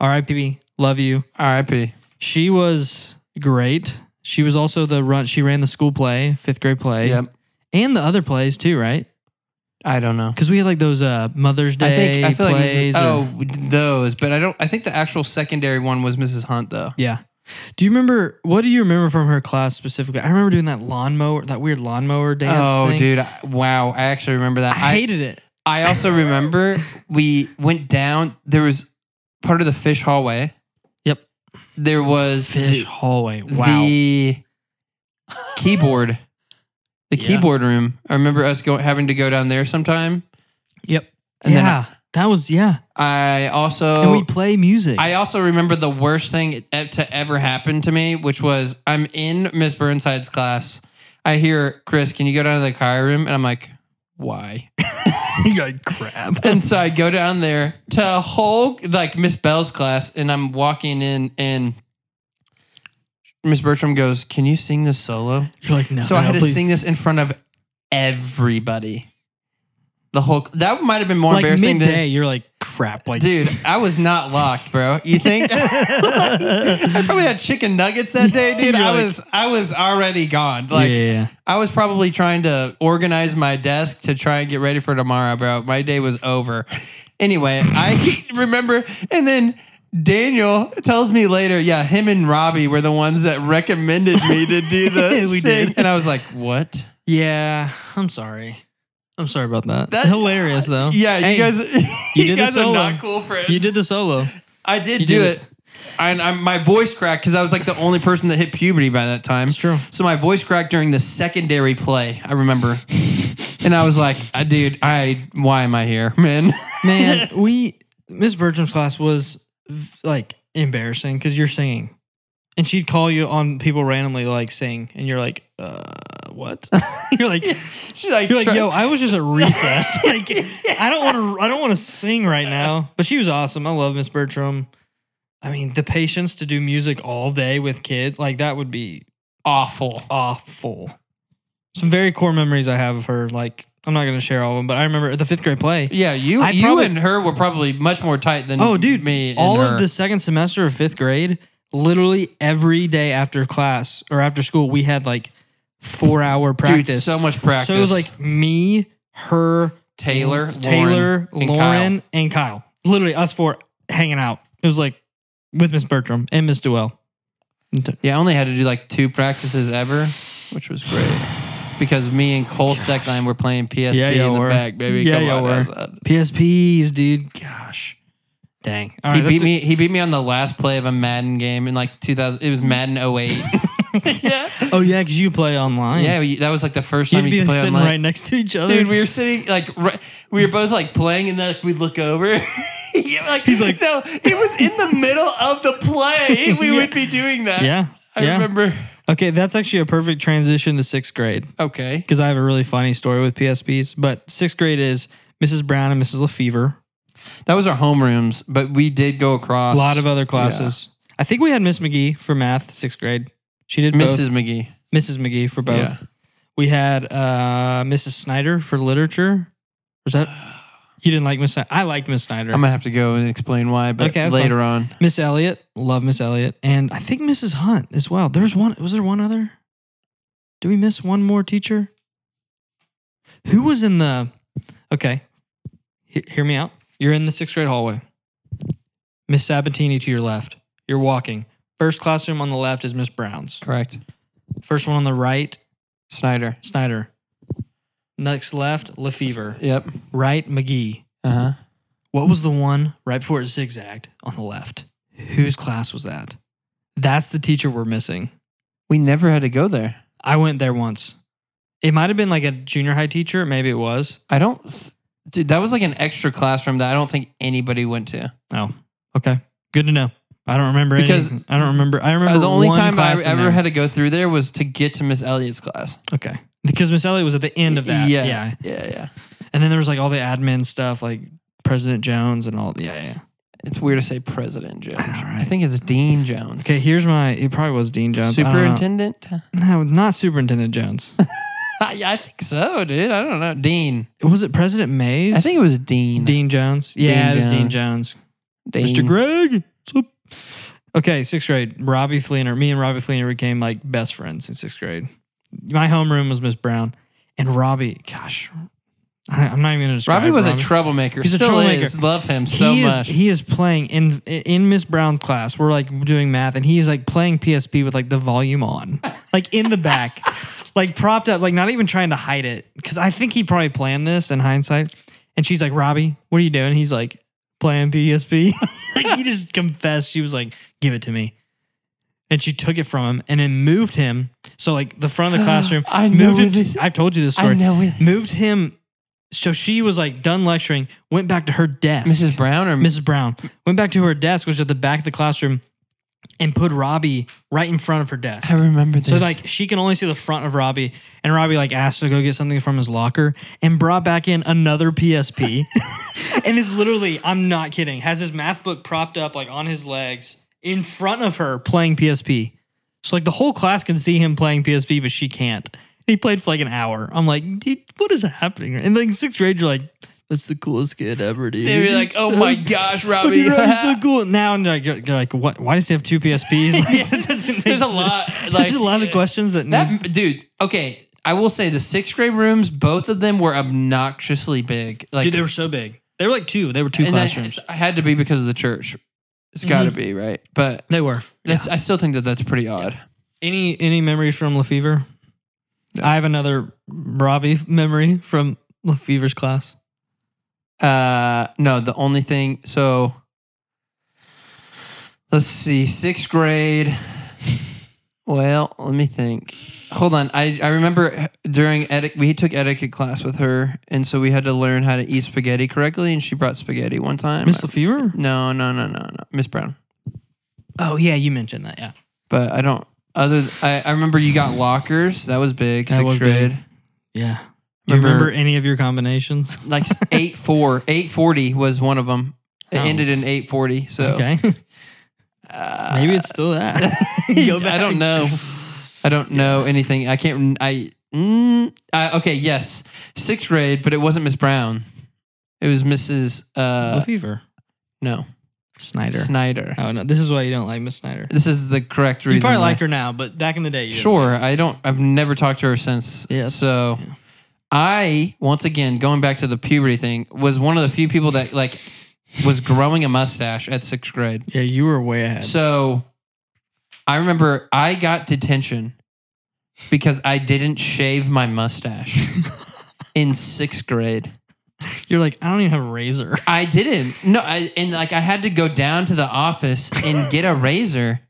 S1: R.I.P. Love you.
S2: R.I.P.
S1: She was great. She was also the run. She ran the school play, fifth grade play.
S2: Yep.
S1: and the other plays too, right?
S2: I don't know.
S1: Because we had like those uh, Mother's
S2: I
S1: Day
S2: think I feel like
S1: plays.
S2: this is-
S1: or-
S2: oh those, but I don't. I think the actual secondary one was Mrs. Hunt though.
S1: yeah. Do you remember? What do you remember from her class specifically? I remember doing that lawnmower, that weird lawnmower dance.
S2: oh,
S1: thing.
S2: dude! I- wow, I actually remember that.
S1: I hated it.
S2: I also remember we went down. There was part of the fish hallway.
S1: Yep.
S2: There was
S1: Fish
S2: the-
S1: hallway. Wow.
S2: the keyboard, the
S1: Yeah.
S2: keyboard room. I remember us go, having to go down there sometime.
S1: yep.
S2: And
S1: yeah. That was yeah.
S2: I also
S1: And we play music.
S2: I also remember the worst thing e- to ever happen to me, which was I'm in Miss Burnside's class. I hear Chris, can you go down to the choir room? And I'm like, why?
S1: like crap.
S2: and so I go down there to a whole like Miss Bell's class, and I'm walking in, and Miss Bertram goes, "Can you sing this solo?"
S1: You're like no.
S2: so I
S1: no,
S2: had
S1: please.
S2: to sing this in front of everybody. The whole that might have been more
S1: like
S2: embarrassing than
S1: midday. You're like crap. Like
S2: Dude, I was not locked, bro. You think? I probably had chicken nuggets that day, dude.
S1: You're
S2: I
S1: like-
S2: was I was already gone. Like
S1: yeah, yeah, yeah.
S2: I was probably trying to organize my desk to try and get ready for tomorrow, bro. My day was over. Anyway, I remember, and then Daniel tells me later, yeah, him and Robbie were the ones that recommended me to do the
S1: We
S2: thing.
S1: did.
S2: and I was like, what?
S1: Yeah, I'm sorry. I'm sorry about that.
S2: That-
S1: Hilarious though.
S2: Yeah,
S1: Hey,
S2: you guys, you,
S1: you did a
S2: guys are
S1: solo.
S2: not cool friends.
S1: You did the solo.
S2: I did
S1: You
S2: do
S1: did
S2: it. And I, my voice cracked because I was like the only person that hit puberty by that time.
S1: It's true.
S2: So my voice cracked during the secondary play. I remember, and I was like, "I dude, I why am I here, man?"
S1: Man, we Miss Bertram's class was v- like embarrassing because you're singing, and she'd call you on people randomly like sing, and you're like, uh, what? you're like,
S2: She's like,
S1: you're like,
S2: try-
S1: yo, I was just at recess. like, I don't want to, I don't want to sing right now. But she was awesome. I love Miss Bertram. I mean, the patience to do music all day with kids, like that would be
S2: awful."
S1: awful. Some very core memories I have of her. Like, I'm not gonna share all of them, but I remember at the fifth grade play.
S2: Yeah, you
S1: I
S2: you
S1: probably-
S2: and her were probably much more tight than
S1: Oh, dude,
S2: me. and
S1: all of
S2: her.
S1: the second semester of fifth grade, literally every day after class or after school, we had like four hour practice.
S2: dude, so much
S1: so,
S2: practice.
S1: it was like me, her,
S2: Taylor,
S1: Taylor,
S2: Lauren, and
S1: Lauren, and Kyle. Literally us four hanging out. It was like with Miss Bertram and Miss Duell.
S2: yeah, I only had to do like two practices ever, which was great because me and Cole Steckline were playing PSP
S1: Yeah,
S2: in
S1: y'all
S2: the
S1: were.
S2: back, baby.
S1: Yeah,
S2: Come
S1: y'all
S2: on,
S1: were.
S2: outside.
S1: PSPs, dude. Gosh. Dang. All
S2: he
S1: right,
S2: beat
S1: that's it.
S2: me. He beat me on the last play of a Madden game in like 2000. It was
S1: Mm-hmm.
S2: Madden 08. yeah,
S1: Oh yeah, because you play online.
S2: yeah. we- That was like the first
S1: You'd
S2: time
S1: be
S2: you could play
S1: sitting
S2: online.
S1: right next to each other.
S2: Dude, we were sitting like right, we were both like playing, and then like, we'd look over. yeah, like
S1: He's like-
S2: no, it was in the middle of the play. We
S1: Yeah.
S2: would be doing that.
S1: yeah.
S2: I
S1: yeah.
S2: remember.
S1: Okay, that's actually a perfect transition to sixth grade
S2: Okay,
S1: because I have a really funny story with PSPs. But sixth grade is Mrs. Brown and Mrs. Lefevre.
S2: that was our homerooms, but we did go across
S1: A lot of other classes. I think we had Miss McGee for math, sixth grade. She did
S2: Mrs.
S1: both.
S2: McGee.
S1: Mrs. McGee for both.
S2: Yeah.
S1: We had uh, Mrs. Snyder for literature. Was that you didn't like Miss? Snyder? I liked Miss Snyder.
S2: I'm gonna have to go and explain why, but
S1: Okay, that's
S2: later on.
S1: Miss Elliott, love Miss Elliott, and I think Mrs. Hunt as well. There's one. Was there one other? Did we miss one more teacher? Who was in the? Okay, he- hear me out. You're in the sixth grade hallway. Miss Sabatini to your left. You're walking. First classroom on the left is Miss Brown's.
S2: Correct,
S1: First one on the right,
S2: Snyder.
S1: Snyder. Next left, Lefevre.
S2: Yep.
S1: Right, McGee.
S2: Uh huh.
S1: What was the one right before it zigzagged on the left? Whose class was that? That's the teacher we're missing.
S2: We never had to go there.
S1: I went there once. It might have been like a junior high teacher. Maybe it was.
S2: I don't, th- dude. That was like an extra classroom that I don't think anybody went to. Uh,
S1: Oh, okay. Good to know. I don't remember
S2: Because-
S1: anything. I don't remember. I remember
S2: Uh, the only
S1: one
S2: time I
S1: class in
S2: ever
S1: there.
S2: had to go through there was to get to Miss Elliott's class.
S1: Okay, because Miss Elliott was at the end of that. Yeah.
S2: Yeah, yeah, yeah.
S1: And then there was like all the admin stuff, like President Jones and all. Yeah, yeah.
S2: It's weird to say President Jones.
S1: I know, right?
S2: I think it's Dean Jones.
S1: Okay, here's my. It probably was Dean Jones. I don't know.
S2: Superintendent.
S1: No, not Superintendent Jones.
S2: I, I think so, dude. I don't know. Dean.
S1: was it President Mays?
S2: I think it was Dean.
S1: Dean Jones. Yeah, it was Dean Jones.
S2: Dean.
S1: Mr. Greg. Sup? Okay, sixth grade. Robbie Fleener. Me and Robbie Fleener became like best friends in sixth grade. My homeroom was Miss Brown, and Robbie. Gosh, I, am not even gonna describe.
S2: Robbie was
S1: Robbie.
S2: a troublemaker.
S1: He's a
S2: Still
S1: troublemaker.
S2: Is. Love him so
S1: he
S2: much.
S1: Is, he is playing in in Miss Brown's class. We're like doing math, and he's like playing PSP with like the volume on, like in the back, like propped up, like not even trying to hide it. Because I think he probably planned this in hindsight. And she's like, "Robbie, what are you doing?" He's like, "Playing PSP." like he just confessed. She was like, "Give it to me." And she took it from him and then moved him. So like the front of the classroom,
S2: I know
S1: moved him.
S2: this-
S1: To, I've told you this
S2: I
S1: story
S2: know it.
S1: moved him so she was like done lecturing, went back to her desk.
S4: Mrs. Brown or
S1: Mrs. Brown went back to her desk, which was at the back of the classroom, and put Robbie right in front of her desk.
S4: I remember this.
S1: So like she can only see the front of Robbie, and Robbie like asked to go get something from his locker and brought back in another PSP, and is literally I'm not kidding has his math book propped up like on his legs in front of her playing PSP. So like the whole class can see him playing PSP, but she can't. And he played for like an hour. I'm like, dude, what is happening? And like sixth grade, you're like, that's the coolest kid ever, dude.
S2: They were like,
S1: He's
S2: oh
S1: so
S2: my gosh,
S1: But
S2: Robbie.
S1: you're right, so cool. Now and like, you're, you're like, what? Why does he have two PSPs? Like, it doesn't make
S2: There's a
S1: sense.
S2: lot. Like,
S1: There's a lot of questions that, need-
S2: That dude. Okay, I will say the sixth grade rooms, both of them were obnoxiously big. Like
S1: dude. They were so big. They were like two. They were two
S2: and that
S1: classrooms. Mm-hmm.
S2: had to be because of the church. It's got to be right, but
S1: they were.
S2: that's. I still think that that's pretty odd.
S1: Any any memories from Lefevre? I have another Robbie memory from Lefevre's class.
S2: Uh, no, the only thing. So let's see, sixth grade. Well, let me think. Hold on. I, I remember during etiquette, we took etiquette class with her. And so we had to learn how to eat spaghetti correctly. And she brought spaghetti one time.
S1: Miss Lefevre?
S2: No, no, no, no, no. Miss Brown.
S1: Oh yeah, you mentioned that. Yeah,
S2: But I don't. Other, th- I, I remember you got lockers. That was big.
S1: That
S2: Sixth
S1: was
S2: grade.
S1: big. yeah. Do you remember,
S2: Remember-
S1: any of your combinations?
S2: Like eight four, eight forty was one of them. It
S1: Oh.
S2: ended in eight forty. So
S1: Okay,
S2: Oh. uh,
S1: maybe it's still that. Go
S2: I
S1: back.
S2: don't know. I don't know anything. I can't. I. Mm, I okay. Yes, sixth grade, but it wasn't Miss Brown. It was Mrs. Uh,
S1: Lefevre,
S2: no
S1: Snyder.
S2: Snyder.
S1: Oh no, this is why you don't like Miss Snyder.
S2: This is the correct reason.
S1: You probably
S2: why.
S1: like her now, but back in the day, you didn't.
S2: Sure. I don't. I've never talked to her since.
S1: Yeah, it's-
S2: So,
S1: yeah.
S2: I once again going back to the puberty thing was one of the few people that like was growing a mustache at sixth grade.
S1: Yeah, you were way ahead.
S2: So I remember I got detention because I didn't shave my mustache in sixth grade.
S1: You're like, I don't even have a razor.
S2: I didn't. No, I and like I had to go down to the office and get a razor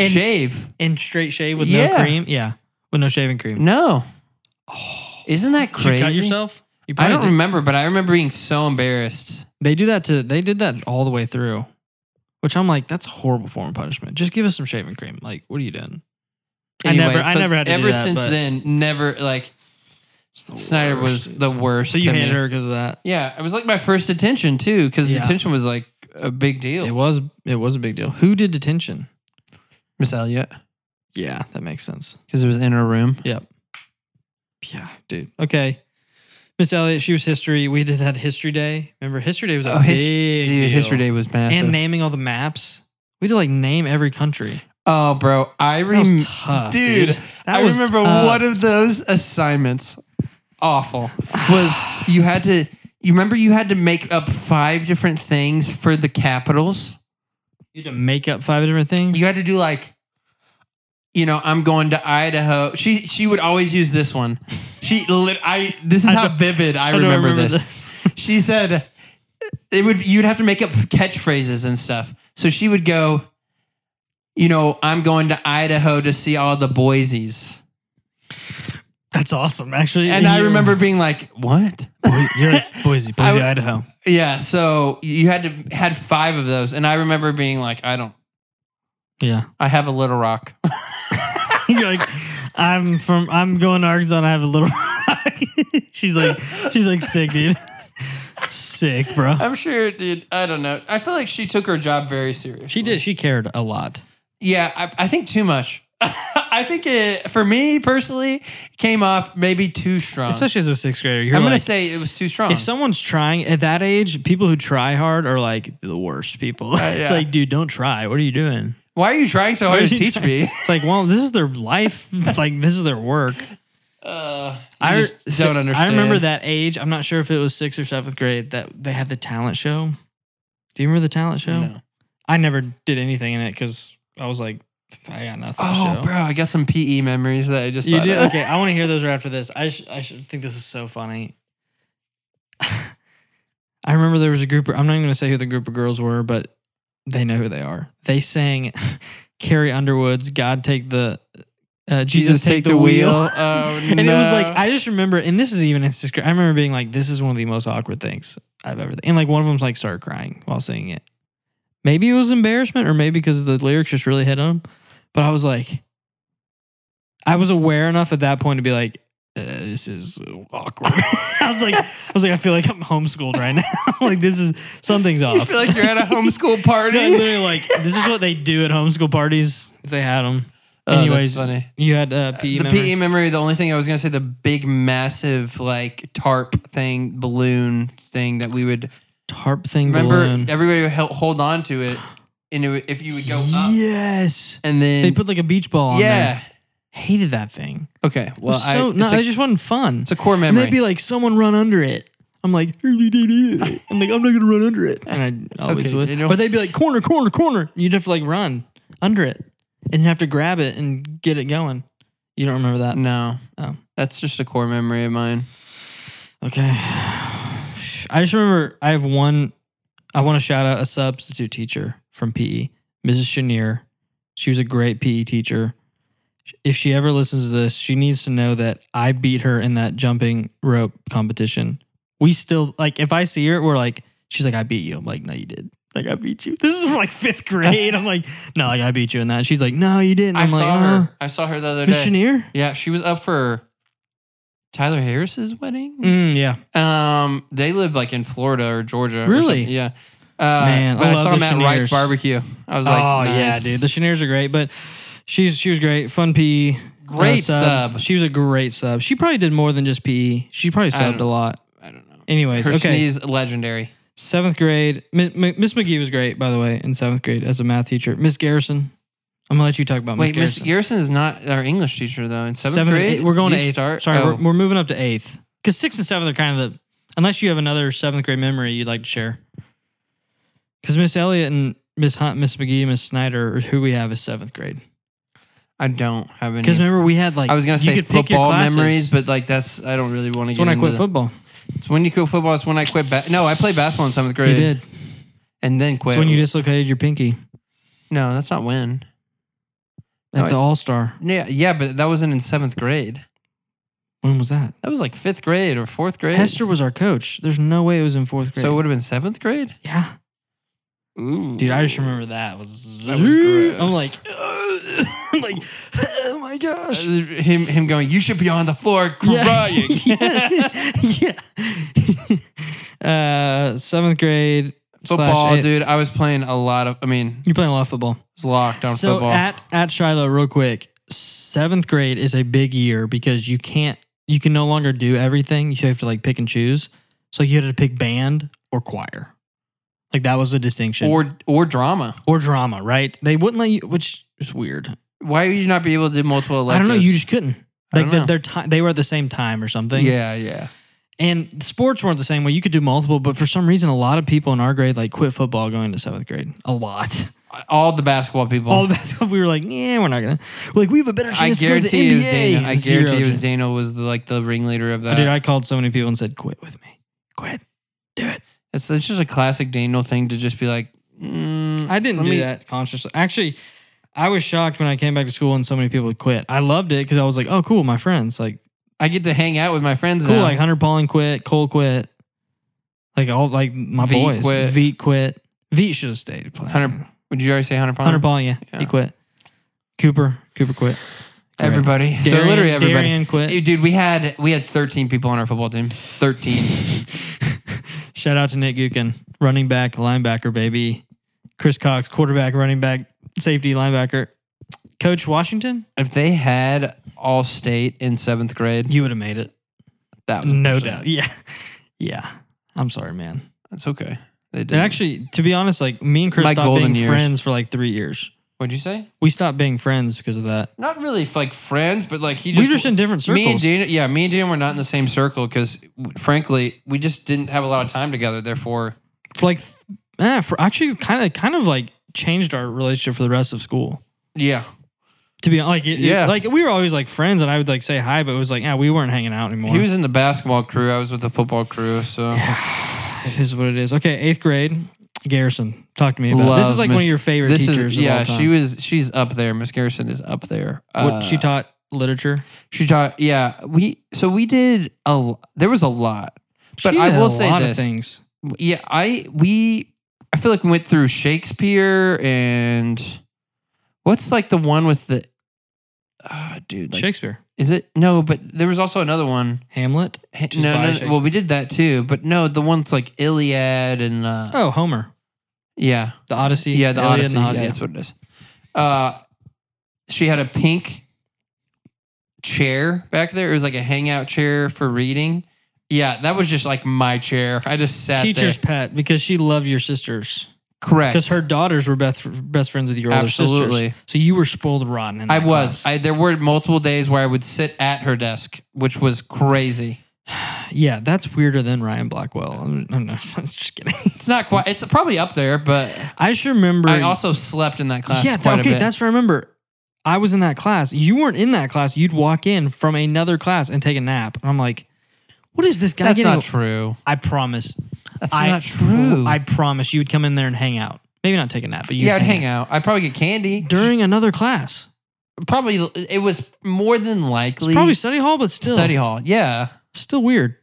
S1: And-
S2: shave.
S1: And straight shave with no
S2: Yeah.
S1: cream? Yeah. With no shaving cream.
S2: No. Isn't that
S1: Oh. Did you
S2: crazy?
S1: cut yourself? You
S2: I
S1: probably
S2: don't
S1: did.
S2: remember, but I remember being so embarrassed.
S1: They do that to they did that all the way through. Which I'm like, that's a horrible form of punishment. Just give us some shaving cream. Like, what are you doing? I never- I never had to do
S2: ever
S1: that,
S2: since
S1: but-
S2: then, never like Snyder was the worst.
S1: So you
S2: to me.
S1: hated her because of that.
S2: Yeah, it was like my first detention too, because
S1: Yeah.
S2: detention was like a big deal.
S1: It was it was a big deal. Who did detention?
S2: Miss Elliot,
S1: Yeah, that makes sense.
S2: because it was in her room.
S1: Yep. Yeah, dude. Okay. Miss Elliott, she was history. We did that history day. Remember, history day was a
S2: Oh, his-
S1: big
S2: Dude,
S1: deal.
S2: history day was massive.
S1: and naming all the maps. We had to like name every country.
S2: oh, bro, I
S1: That
S2: remember,
S1: was tough, dude.
S2: dude,
S1: That
S2: I
S1: was
S2: remember
S1: tough.
S2: one of those assignments. Awful was you had to. You remember you had to make up five different things for the capitals.
S1: you had to make up five different things.
S2: You had to do like, you know, I'm going to Idaho. She she would always use this one. She lit. I this is
S1: I
S2: how
S1: don't-
S2: vivid I,
S1: don't
S2: remember, this. she said it would you'd have to make up catchphrases and stuff. So she would go, you know, I'm going to Idaho to see all the Boise's.
S1: That's awesome, actually.
S2: And I
S1: You-
S2: remember being like, what?
S1: Boy- you're at Boise, Boise,
S2: I w-
S1: Idaho.
S2: Yeah, so you had to had five of those. And I remember being like, I don't
S1: Yeah,
S2: I have a little rock.
S1: you're like, I'm from. I'm going to Arkansas. and I have a little. rock." she's like, she's like sick, dude. sick, bro.
S2: I'm sure dude, I don't know. I feel like she took her job very seriously.
S1: She did. She cared a lot.
S2: Yeah, I, I think too much. I think it for me personally it came off maybe too strong.
S1: especially as a sixth grader. You're
S2: Uh-huh. I'm gonna
S1: like,
S2: say it was too strong.
S1: if someone's trying at that age, people who try hard are like the worst people. it's
S2: yeah.
S1: like, dude, don't try. What are you doing?
S2: Why are you trying so
S1: What
S2: hard
S1: are
S2: to
S1: you
S2: teach
S1: trying-
S2: me?
S1: It's like, well, this is their life. like, this is their work.
S2: Uh,
S1: I
S2: I just don't understand.
S1: I remember that age. I'm not sure if it was sixth or seventh grade that they had the talent show. Do you remember the talent show?
S2: No.
S1: I never did anything in it because I was like, I got nothing. to
S2: Oh,
S1: show.
S2: bro, I got some PE memories that I just
S1: You
S2: thought
S1: do
S2: of.
S1: okay. I want to hear those right after this. I sh- I should think this is so funny. I remember there was a group. Of, I'm not even going to say who the group of girls were, but they know who they are. They sang Carrie Underwood's "God Take the uh, Jesus, take, the, wheel. Oh, and it was like I just remember, and this is even Instagram. I remember being like, this is one of the most awkward things I've ever. And like one of them's like started crying while singing it. Maybe it was embarrassment, or maybe because the lyrics just really hit him. But I was like, I was aware enough at that point to be like, uh, this is awkward. I was like, I was like, I feel like I'm homeschooled right now. like this is something's off.
S2: I feel like you're at a homeschool party.
S1: Yeah, literally, like this is what they do at homeschool parties. If they had them.
S2: Oh,
S1: Anyways,
S2: that's funny.
S1: you had uh, PE.
S2: the E
S1: memory?
S2: PE memory. The only thing I was gonna say, the big, massive, like tarp thing, balloon thing that we would
S1: tarp thing.
S2: remember.
S1: balloon.
S2: Everybody would hel- hold on to it, and it would, if you would go up,
S1: Yes,
S2: and then
S1: they put like a beach ball. on
S2: yeah.
S1: there. hated that thing.
S2: Okay. Well,
S1: Well, so
S2: I
S1: no,
S2: it's, a,
S1: it just wasn't fun.
S2: it's a core
S1: And
S2: memory.
S1: they'd be like, someone run under it. I'm like, I'm like, I'm not gonna run under it. And I always
S2: Okay,
S1: would.
S2: you know-
S1: But they'd be like, corner, corner, corner. You'd have to like run under it and you have to grab it and get it going. You don't remember that?
S2: no,
S1: Oh.
S2: that's just a core memory of mine.
S1: Okay. I just remember I have one. I want to shout out a substitute teacher from PE, Mrs. Chenier. She was a great PE teacher. If she ever listens to this, she needs to know that I beat her in that jumping rope competition. We still like if I see her, we're like, she's like, I beat you. I'm like, no, you did. Like I beat you. This is from like fifth grade. I'm like, no, like I beat you in that. She's like, no, you didn't.
S2: I
S1: I'm like,
S2: saw
S1: uh,
S2: her. I saw her the other
S1: Miss
S2: day.
S1: Chenier.
S2: Yeah, she was up for Tyler Harris's wedding.
S1: Mm, yeah,
S2: Um, they live like in Florida or Georgia. or
S1: Really?
S2: something. yeah. Uh,
S1: Man,
S2: but
S1: I
S2: I,
S1: love
S2: saw
S1: the
S2: them at
S1: Cheniers.
S2: Wright's Barbecue. I was like,
S1: oh yeah,
S2: nice.
S1: dude. The Cheniers are great, but she's she was great. Fun PE. uh,
S2: Great sub.
S1: She was a great sub. She probably did more than just PE. She probably
S2: I
S1: subbed
S2: don't-
S1: a lot.
S2: I don't know.
S1: Anyways,
S2: Her
S1: okay.
S2: sneeze legendary.
S1: Seventh grade. Mi- Mi- Miss McGee was great, by the way, in seventh grade as a math teacher. Miss Garrison. I'm gonna let you talk about Miss
S2: Wait, Miss
S1: Garrison.
S2: Garrison is not our English teacher though. In seventh,
S1: and
S2: grade,
S1: eighth- eh, we're going
S2: you
S1: to eighth.
S2: Start,
S1: Sorry,
S2: oh.
S1: we're, we're moving up to eighth because sixth and seventh are kind of the unless you have another seventh grade memory you'd like to share. Because Miss Elliott and Miss Hunt, Miss McGee, and Miss Snyder, are who we have is seventh grade.
S2: I don't have any.
S1: Because remember, we had like
S2: I was gonna
S1: you
S2: say
S1: could pick your
S2: football
S1: classes.
S2: memories, but like that's I don't really want to.
S1: That's
S2: get
S1: when I
S2: into
S1: quit
S2: that.
S1: football.
S2: It's when you quit football. It's when I quit. Ba- no, I played basketball in seventh grade.
S1: You did.
S2: and then quit.
S1: That's when you dislocated your pinky
S2: no, that's not when.
S1: at
S2: No,
S1: the All Star.
S2: Yeah, yeah, but that wasn't in seventh grade.
S1: When was that?
S2: That was like fifth grade or fourth grade.
S1: Hester was our coach. There's no way it was in fourth grade.
S2: So it would have been seventh grade.
S1: yeah,
S2: Ooh.
S1: dude, I just remember that was.
S2: That was gross.
S1: I'm like, I'm like, oh my gosh.
S2: Uh, him him going. You should be on the floor crying.
S1: yeah. yeah. Uh, seventh grade
S2: Football,
S1: slash eight-
S2: dude. I was playing a lot of. I mean,
S1: You're playing a lot of football.
S2: it's locked on
S1: so
S2: football.
S1: at at Shiloh, real quick, seventh grade is a big year because you can't you can no longer do everything. You have to like pick and choose. So you had to pick band or choir. Like that was a distinction.
S2: or or drama.
S1: or drama, right? They wouldn't let you which is weird.
S2: Why would you not be able to do multiple
S1: I
S2: electives?
S1: don't know, you just couldn't.
S2: I
S1: Like
S2: don't
S1: their,
S2: know.
S1: their time they were at the same time or something.
S2: Yeah, yeah.
S1: And sports weren't the same way. You could do multiple, but for some reason a lot of people in our grade like quit football going to seventh grade. A lot.
S2: All the basketball people.
S1: All the basketball we were like, yeah, we're not gonna like we have a better
S2: I
S1: chance to go to the
S2: guarantee it was
S1: NBA.
S2: Daniel. I
S1: Zero
S2: guarantee it
S1: chance.
S2: was Daniel was the, like the ringleader of that.
S1: Dude, I called so many people and said, "Quit with me, quit, do it."
S2: it's, it's just a classic Daniel thing to just be like. Mm,
S1: I didn't
S2: let
S1: do
S2: me-
S1: that consciously. Actually, I was shocked when I came back to school and so many people quit. I loved it because I was like, "Oh, cool, my friends." Like,
S2: I get to hang out with my friends.
S1: cool,
S2: now.
S1: like Hunter Paulin quit, Cole quit, like all like my
S2: Veet
S1: boys.
S2: quit.
S1: Veet quit. Veet should have stayed. Playing.
S2: Hunter- Would you already say Hunter Palmer?
S1: Hunter Paulin, yeah, he
S2: Yeah.
S1: quit. Cooper, Cooper quit.
S2: Everybody.
S1: Darian-
S2: so literally everybody.
S1: Darian quit.
S2: Hey, Dude, we had we had 13 people on our football team. 13.
S1: Shout out to Nick Gukin, running back, linebacker, baby. Chris Cox, quarterback, running back, safety, linebacker. Coach Washington,
S2: if they had all state in seventh grade,
S1: you would have made it.
S2: that was
S1: No
S2: percent.
S1: doubt. Yeah. Yeah. I'm sorry, man.
S2: That's okay. They did.
S1: And actually, to be honest, like me and Chris
S2: My
S1: stopped
S2: golden
S1: being
S2: years.
S1: friends for like three years.
S2: what'd you say?
S1: We stopped being friends because of that.
S2: Not really like friends, but like he
S1: we
S2: just.
S1: were just in different circles.
S2: me and Daniel, yeah, me and Daniel were not in the same circle because, frankly, we just didn't have a lot of time together. Therefore,
S1: like, th- eh, for actually kind of, kind of like changed our relationship for the rest of school.
S2: yeah,
S1: To be like, it, it-
S2: Yeah.
S1: like we were always like friends, and I would like say hi, but it was like, yeah, we weren't hanging out anymore.
S2: he was in the basketball crew. I was with the football crew. So
S1: It is what it is. Okay, eighth grade, Garrison. Talk to me about it. this.
S2: Love
S1: Is like
S2: Miss-
S1: one of your favorite
S2: this
S1: teachers.
S2: is
S1: of
S2: yeah,
S1: all time.
S2: she was she's up there. Uh, Miss Garrison is up there.
S1: What she
S2: taught.
S1: taught literature?
S2: She taught. Yeah, we. So we did a. l- There was a lot. But
S1: She
S2: I
S1: did
S2: will
S1: a
S2: say
S1: lot of
S2: this.
S1: things.
S2: Yeah, I we. I feel like we went through Shakespeare and what's like the one with the. Ah, dude, like,
S1: Shakespeare,
S2: is it no? But there was also another one.
S1: Hamlet.
S2: Ha-
S1: Just by
S2: No, no,
S1: Shakespeare.
S2: no, well, we did that too, but no, the ones like Iliad and uh,
S1: Oh, Homer,
S2: yeah,
S1: the Odyssey.
S2: yeah, the
S1: Iliad
S2: Odyssey.
S1: and
S2: Yeah, that's what it is. Uh, she had a pink chair back there. It was like a hangout chair for reading. Yeah, that was just like my chair. I just sat
S1: Teacher's
S2: there.
S1: pet because she loved your sisters
S2: Correct.
S1: because her daughters were best best friends with your older sisters. Oh
S2: Absolutely.
S1: So you were spoiled rotten. In
S2: I
S1: that
S2: was.
S1: class.
S2: I there were multiple days where I would sit at her desk, which was crazy.
S1: yeah, that's weirder than Ryan Blackwell. I'm, I'm not- I'm just kidding.
S2: It's not quite. It's probably up there, but
S1: I should remember.
S2: I also slept in that class.
S1: yeah,
S2: quite
S1: okay,
S2: a bit.
S1: that's what I remember. I was in that class. You weren't in that class. You'd walk in from another class and take a nap. And I'm like, what is this guy
S2: that's
S1: getting?
S2: not true.
S1: I promise.
S2: That's
S1: I-
S2: not true.
S1: I promise you would come in there and hang out. Maybe not take a nap, but you
S2: yeah, I'd hang out. I'd probably get candy.
S1: during another class.
S2: probably it was more than likely
S1: Probably study hall, but still
S2: study hall. Yeah,
S1: still weird.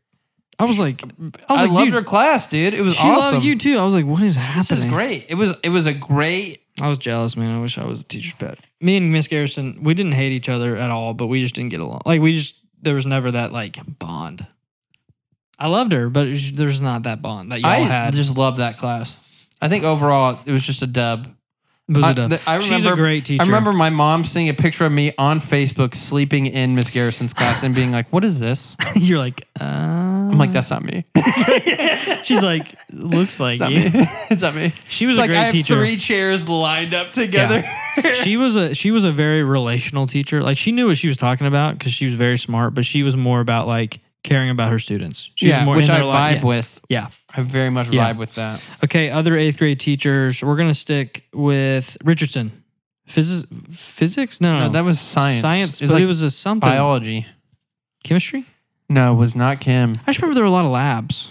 S1: I was like, I
S2: I,
S1: was like,
S2: loved
S1: dude,
S2: her class, dude. It was
S1: she
S2: awesome.
S1: loved you too. I was like, what is
S2: This
S1: happening?
S2: is great. It was it was a great.
S1: I was jealous, man. I wish I was a teacher's pet. Me and Miss Garrison, we didn't hate each other at all, but we just didn't get along. Like we just there was never that like bond. I loved her, but it was- there's not that bond that y'all
S2: I
S1: had.
S2: just loved that class. I think overall it was just a dub.
S1: It was
S2: I-
S1: a dub.
S2: th- I
S1: She's a
S2: remember-
S1: great teacher.
S2: I remember my mom seeing a picture of me on Facebook sleeping in Miss Garrison's class and being like, "What is this?"
S1: you're like, uh, I'm
S2: I'm like, "That's not me.
S1: She's like, looks like
S2: It's not
S1: you.
S2: me. it's not me."
S1: She was
S2: It's
S1: a
S2: like
S1: great
S2: I have
S1: teacher.
S2: three chairs lined up together.
S1: she was a she was a very relational teacher. Like she knew what she was talking about because she was very smart, but she was more about like caring about her students. She was
S2: yeah,
S1: more
S2: which
S1: in
S2: I
S1: their li-
S2: vibe
S1: yeah.
S2: with.
S1: Yeah.
S2: I very much
S1: Yeah.
S2: vibe with that.
S1: Okay. Other eighth grade teachers. We're gonna stick with Richardson. Physics. Physics? No, no,
S2: No, that was science.
S1: Oh. science. but
S2: It was like
S1: it was a something.
S2: biology.
S1: Chemistry.
S2: No, it was not Kim.
S1: I just remember there were a lot of labs.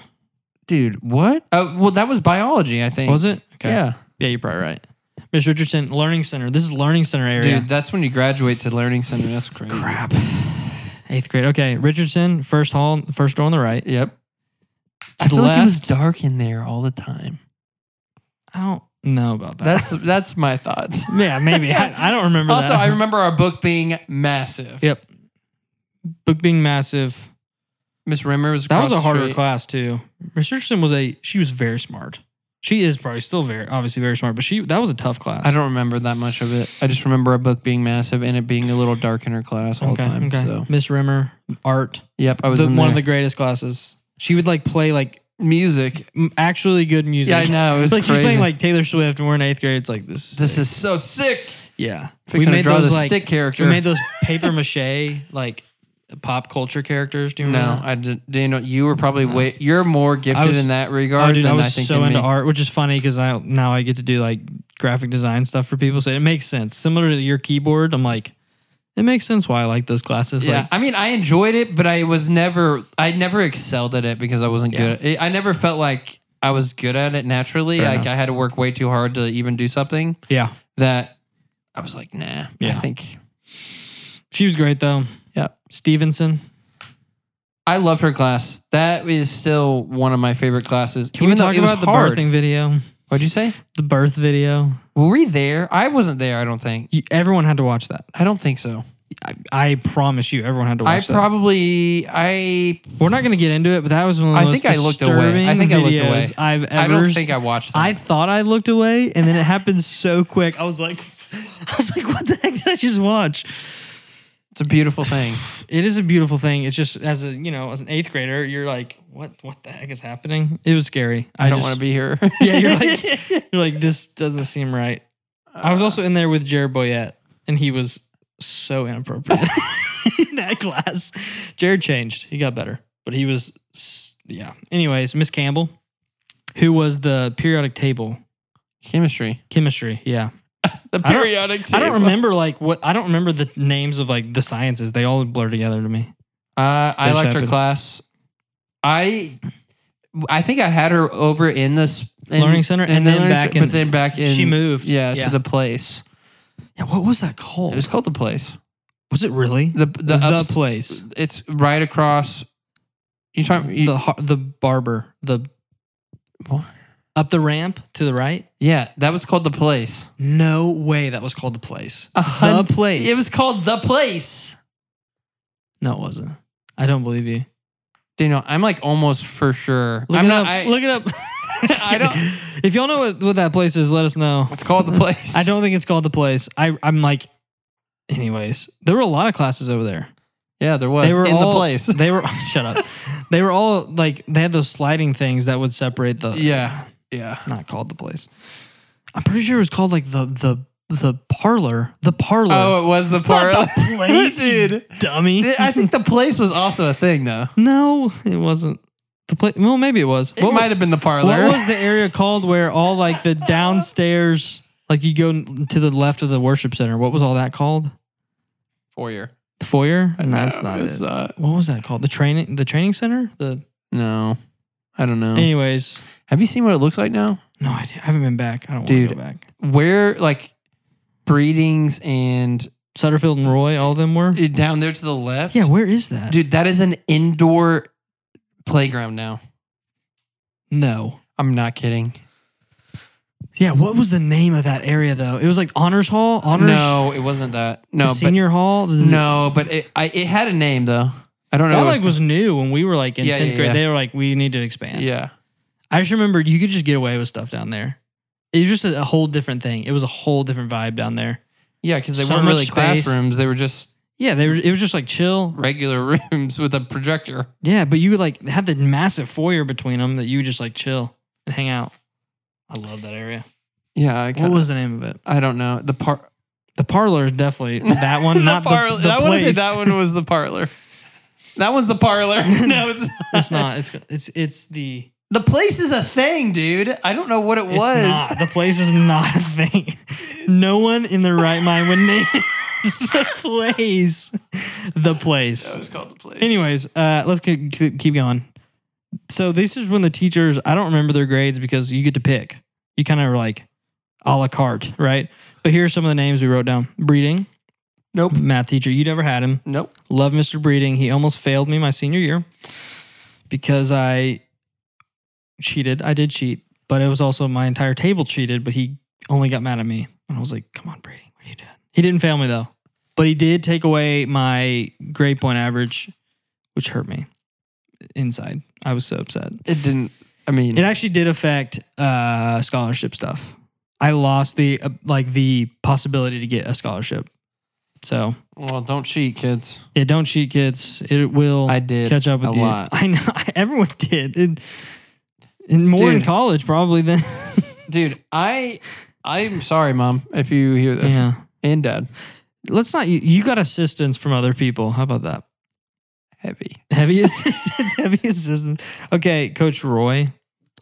S2: Dude, what? Oh, well, that was biology, I think.
S1: Was it?
S2: Yeah.
S1: Yeah, you're probably right. Miss Richardson, Learning Center. This is Learning Center
S2: Dude,
S1: area.
S2: that's when you graduate to Learning Center. That's crazy.
S1: Crap. Eighth grade. Okay, Richardson, first hall, first door on the right.
S2: Yep. I
S1: To
S2: feel like it was
S1: left.
S2: dark in there all the time.
S1: I don't know about that.
S2: That's that's my thoughts.
S1: Yeah, maybe. I, I don't remember
S2: also,
S1: that.
S2: I remember our book being massive.
S1: Yep. Book being massive.
S2: Miss Rimmer was
S1: That
S2: across
S1: was a
S2: the
S1: harder
S2: street.
S1: class too. Miss Richardson was a she was very smart. She is probably still very obviously very smart, but she that was a tough class.
S2: I don't remember that much of it. I just remember our book being massive and it being a little dark in her class all
S1: okay,
S2: the time.
S1: okay.
S2: So,
S1: Miss Rimmer, art,
S2: yep, I was
S1: the,
S2: in
S1: one of the
S2: there.
S1: greatest classes. She would like play like
S2: music.
S1: m- actually good music.
S2: Yeah, I know. It
S1: It's
S2: was
S1: like
S2: crazy.
S1: she's playing like Taylor Swift, and we're in eighth grade. It's like this.
S2: this is so sick.
S1: yeah.
S2: We made draw the stick character.
S1: we made those paper mache like pop culture characters. Do you remember?
S2: No,
S1: that?
S2: I didn't. Daniel, you were probably way. You're more gifted
S1: was-
S2: in that regard
S1: Oh, dude,
S2: than
S1: I
S2: I,
S1: was
S2: think.
S1: so
S2: in
S1: into
S2: me.
S1: art, which is funny because I now I get to do like graphic design stuff for people, so it makes sense. Similar to your keyboard, I'm like, it makes sense why I like those classes.
S2: Yeah,
S1: Like,
S2: I mean, I enjoyed it, but I was never. I never excelled at it because I wasn't
S1: Yeah.
S2: good. At it. I never felt like I was good at it naturally.
S1: Fair
S2: like
S1: enough.
S2: I had to work way too hard to even do something
S1: yeah,
S2: that I was like, nah. I
S1: Yeah.
S2: think
S1: she was great though.
S2: Yeah.
S1: Stevenson.
S2: I loved her class. That is still one of my favorite classes.
S1: Can
S2: even
S1: we
S2: though
S1: talk
S2: it was
S1: about the
S2: hard.
S1: birthing video?
S2: What'd you say?
S1: The birth video.
S2: Were we there? I wasn't there. I don't think.
S1: You, everyone had to watch that.
S2: I don't think so.
S1: I, I promise you, everyone had to watch
S2: I
S1: that.
S2: probably. I
S1: We're not going to get into it, but that was one of the
S2: I
S1: most
S2: think I looked away. I
S1: disturbing
S2: think I looked
S1: videos
S2: away.
S1: I've ever.
S2: I don't think I watched that.
S1: I thought I looked away, and then it happened so quick. I was like, I was like, what the heck did I just watch?
S2: it's a beautiful thing.
S1: It is a beautiful thing. It's just as a you know as an eighth grader, you're like, what what the heck is happening? It was scary.
S2: I, don't want to be here.
S1: be. Yeah, you're like you're like this doesn't seem right. I was also in there with Jared Boyette, and he was so inappropriate in that class. Jared changed. He got better, but he was s- yeah. Anyways, Miss Campbell, who was the periodic table
S2: chemistry.
S1: chemistry, yeah.
S2: The
S1: I don't-
S2: periodic
S1: I don't remember like what I don't remember the names of like the sciences. They all blur together to me.
S2: Uh, I
S1: There's
S2: liked her
S1: happened.
S2: class. I I think I had her over in this in,
S1: Learning center
S2: in
S1: and
S2: the
S1: then
S2: learning
S1: back
S2: center,
S1: in-
S2: but then back in
S1: she moved.
S2: Yeah,
S1: Yeah.
S2: to the place.
S1: Yeah, what was that
S2: It
S1: called?
S2: was called the place.
S1: Was it really
S2: The the,
S1: the,
S2: ups-
S1: place?
S2: it's right across. You talking? You,
S1: the har- the barber the
S2: What?
S1: up the ramp to the right.
S2: yeah, that was called the place.
S1: No way that was called the place.
S2: A hun-
S1: the place.
S2: It was called the place.
S1: no, it wasn't. I don't believe you.
S2: Daniel, I'm like almost for sure.
S1: Look
S2: I'm
S1: it
S2: not.
S1: up.
S2: I,
S1: Look it up. Just
S2: I don't-
S1: kidding. If y'all know what, what that place is, let us know.
S2: it's called the place.
S1: I don't think it's called the place. I I'm like. Anyways, there were a lot of classes over there.
S2: Yeah, there was.
S1: They were
S2: in
S1: all-
S2: the place.
S1: They were shut up. They were all like they had those sliding things that would separate the
S2: yeah, yeah.
S1: not called the place. I'm pretty sure it was called like the the the parlor. The parlor.
S2: Oh, it was the
S1: Not
S2: part.
S1: the place, you
S2: dude.
S1: dummy.
S2: I think the place was also a thing though.
S1: no, it wasn't. The place. Well, maybe it was.
S2: It might have been the parlor.
S1: What was the area called where all like the downstairs, like you go n- to the left of the worship center? What was all that called?
S2: foyer?
S1: The foyer? No, that's not it.
S2: not.
S1: What was that called? The training, the training center. The
S2: No, I don't know.
S1: anyways.
S2: Have you seen what it looks like now?
S1: No, I, I haven't been back. I don't want to
S2: Dude.
S1: go back.
S2: Where like breedings and eh,
S1: Sutterfield and Roy, all of them were.
S2: down there to the left.
S1: Yeah, where is that?
S2: dude, that is an indoor playground now.
S1: No.
S2: I'm not kidding.
S1: Yeah, what was the name of that area though? It was like honors hall, honors
S2: No, it wasn't that.
S1: the
S2: No, but
S1: senior hall. the-
S2: no, but it I, it had a name though. I don't know.
S1: that
S2: what
S1: like
S2: it was-
S1: was new when we were like in
S2: Yeah,
S1: tenth
S2: yeah,
S1: grade.
S2: yeah.
S1: They were like, we need to expand.
S2: yeah.
S1: I just remembered you could just get away with stuff down there. It was just a, a whole different thing. It was a whole different vibe down there.
S2: Yeah, because they
S1: So
S2: weren't
S1: much
S2: really
S1: space.
S2: classrooms. They were just
S1: Yeah, they were, it was just like chill.
S2: regular rooms with a projector.
S1: Yeah, but you would like have the massive foyer between them that you would just like chill and hang out. I love that area.
S2: Yeah, I,
S1: What
S2: kinda,
S1: was the name of it?
S2: I don't know the part.
S1: The parlor is definitely that one, not
S2: parlor.
S1: the, the
S2: I
S1: place.
S2: to say that one was the parlor. That one's the parlor. no, it's,
S1: It's not. It's it's it's the.
S2: The place is a thing, dude. I don't know what it
S1: It's
S2: was.
S1: not. The place is not a thing. No one in their right mind would name the place. The place.
S2: That was called the place.
S1: Anyways, uh, let's ke- ke- keep going. So this is when the teachers. I don't remember their grades because you get to pick. You kind of like a la carte, right? But here are some of the names we wrote down. Breeding.
S2: Nope.
S1: Math teacher. You never had him.
S2: Nope.
S1: Love Mr. Breeding. He almost failed me my senior year because I cheated. I did cheat, but it was also my entire table cheated, but he only got mad at me. And I was like, come on, Breeding, what are you doing? He didn't fail me though, but he did take away my grade point average, which hurt me inside. I was so upset.
S2: It didn't. I mean,
S1: It actually did affect uh, scholarship stuff. I lost the uh, like the possibility to get a scholarship. So
S2: well, don't cheat, kids.
S1: yeah, don't cheat, kids. It will
S2: I did
S1: catch up with
S2: a
S1: you.
S2: lot.
S1: I know everyone did, and, and more in
S2: Dude.
S1: college probably than
S2: Dude, I, I'm sorry, mom, if you hear this,
S1: yeah.
S2: and dad,
S1: Let's not. You, you got assistance from other people. How about that?
S2: heavy.
S1: Heavy assistance. heavy assistance. Okay, Coach Roy,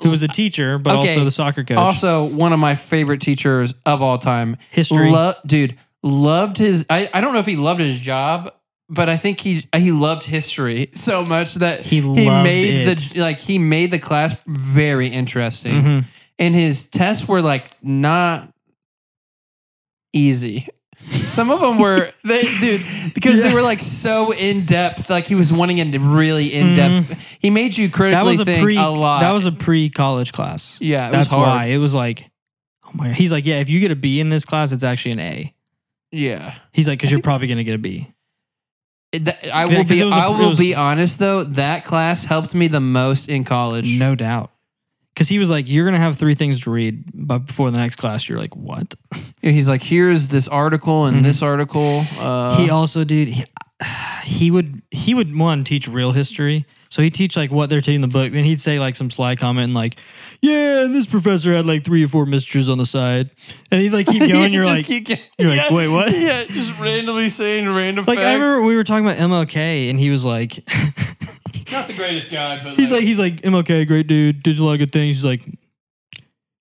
S1: who was a teacher but
S2: Okay.
S1: also the soccer coach.
S2: Also, one of my favorite teachers of all time.
S1: History.
S2: Lo- dude, loved his. I, I don't know if he loved his job, but I think he uh, he loved history so much that
S1: He loved
S2: made
S1: it.
S2: the like he made the class very interesting.
S1: Mhm.
S2: and his tests were like not easy. Some of them were they dude because they
S1: Yeah.
S2: were like so in depth. Like he was wanting in really in depth. He made
S1: Mm-hmm.
S2: you
S1: That
S2: critically
S1: was a
S2: think
S1: pre.
S2: a lot.
S1: That was a pre college class.
S2: yeah. It
S1: That's
S2: was hard.
S1: why it was like. Oh my! He's like, yeah. If you get a B in this class, it's actually an A.
S2: Yeah.
S1: He's like, because you're probably gonna get a B.
S2: It- that-
S1: Yeah,
S2: I will
S1: 'cause
S2: be.
S1: it was a-
S2: I
S1: it
S2: will
S1: was-
S2: be honest though. That class helped me the most in college.
S1: No doubt. Because he was like, you're going to have three things to read, but before the next class, you're like, what?
S2: He's like, here's this article and
S1: Mhm.
S2: this article. Uh,
S1: he also, dude, he, he would, he would, one, teach real history. So he'd teach like what they're taking the book. Then he'd say like some sly comment and like, yeah, and this professor had like three or four mistresses on the side. And he'd like keep
S2: Yeah,
S1: going. you're
S2: just
S1: like,
S2: keep going.
S1: you're like, "Wait, what?"
S2: Yeah, just randomly saying random.
S1: like I
S2: facts.
S1: remember we were talking about MLK and he was like,
S2: Not the greatest guy, but
S1: He's like, he's like, MLK, great dude, did a lot of good things. He's like,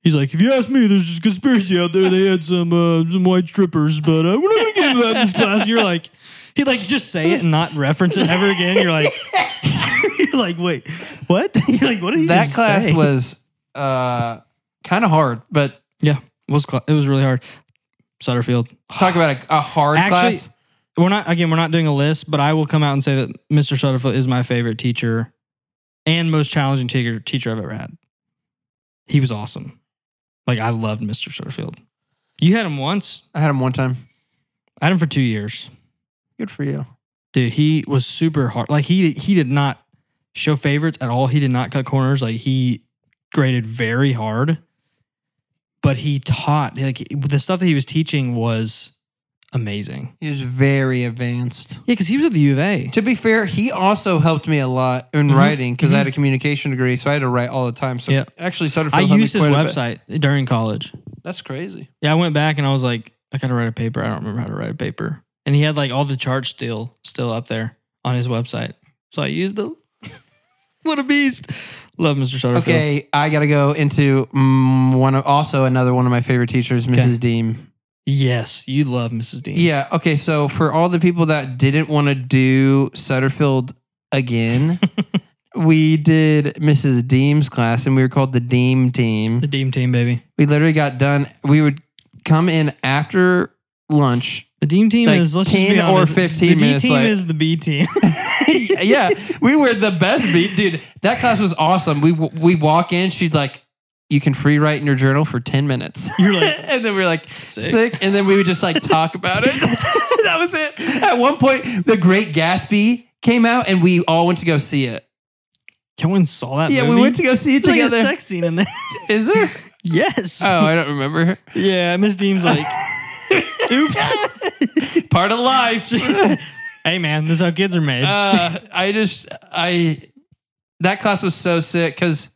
S1: he's like, if you ask me, there's this conspiracy out there. They had some uh, some white strippers, but uh, we're not gonna get into that in this class. You're like, he like just say it and not reference it ever again. You're like, you're like, wait, what? You're like, what did he
S2: that
S1: just
S2: class
S1: say?
S2: was uh, kind of hard, but
S1: yeah, it was cla- it was really hard. Sutterfield,
S2: talk about a, a hard
S1: Actually-
S2: class.
S1: we're not again, we're not doing a list, but I will come out and say that Mr. Shutterfield is my favorite teacher and most challenging teacher teacher I've ever had. He was awesome. Like I loved Mr. Shutterfield. You had him once.
S2: I had him one time.
S1: I had him for two years.
S2: Good for you.
S1: Dude, he was super hard. Like he he did not show favorites at all. He did not cut corners. Like he graded very hard. But he taught like the stuff that he was teaching was amazing.
S2: He was very advanced.
S1: Yeah, because he was at the U of A.
S2: To be fair, he also helped me a lot in
S1: Mhm,
S2: writing because
S1: mhm.
S2: I had a communication degree, so I had to write all the time. So
S1: Yeah.
S2: actually, Sutterfield
S1: I
S2: helped me
S1: used his
S2: quite a bit.
S1: website during college.
S2: That's crazy.
S1: Yeah, I went back and I was like, I gotta write a paper. I don't remember how to write a paper. And he had like all the charts still still up there on his website. So I used them. what a beast. Love Mr. Shutterfield.
S2: Okay, I got to go into mm, one of also another one of my favorite teachers, Mrs. Deem.
S1: Yes, you love Mrs. Dean.
S2: Yeah. Okay. So for all the people that didn't want to do Sutterfield again, we did Mrs. Deem's class, and we were called the Deem Team.
S1: The Dean team, baby.
S2: We literally got done. We would come in after lunch.
S1: The Dean team
S2: Like
S1: is let's just
S2: 10
S1: be
S2: or
S1: honest,
S2: 15
S1: The D
S2: minutes
S1: team
S2: late.
S1: is the B team.
S2: yeah, we were the best beat, dude. That class was awesome. We we walk in, she's like, "You can free write in your journal for ten minutes."
S1: You're like
S2: and then we were like
S1: Sick.
S2: sick. and then we would just like talk about it. that was it. At one point, The Great Gatsby came out, and we all went to go see it.
S1: Cohen saw that.
S2: Yeah,
S1: movie?
S2: we went to go see it
S1: There's like a
S2: together.
S1: sex scene in there.
S2: Is there?
S1: yes.
S2: Oh, I don't remember.
S1: Yeah, Miss Deem's like, oops.
S2: Part of life.
S1: hey man, this is how kids are made.
S2: uh, I just I that class was so sick because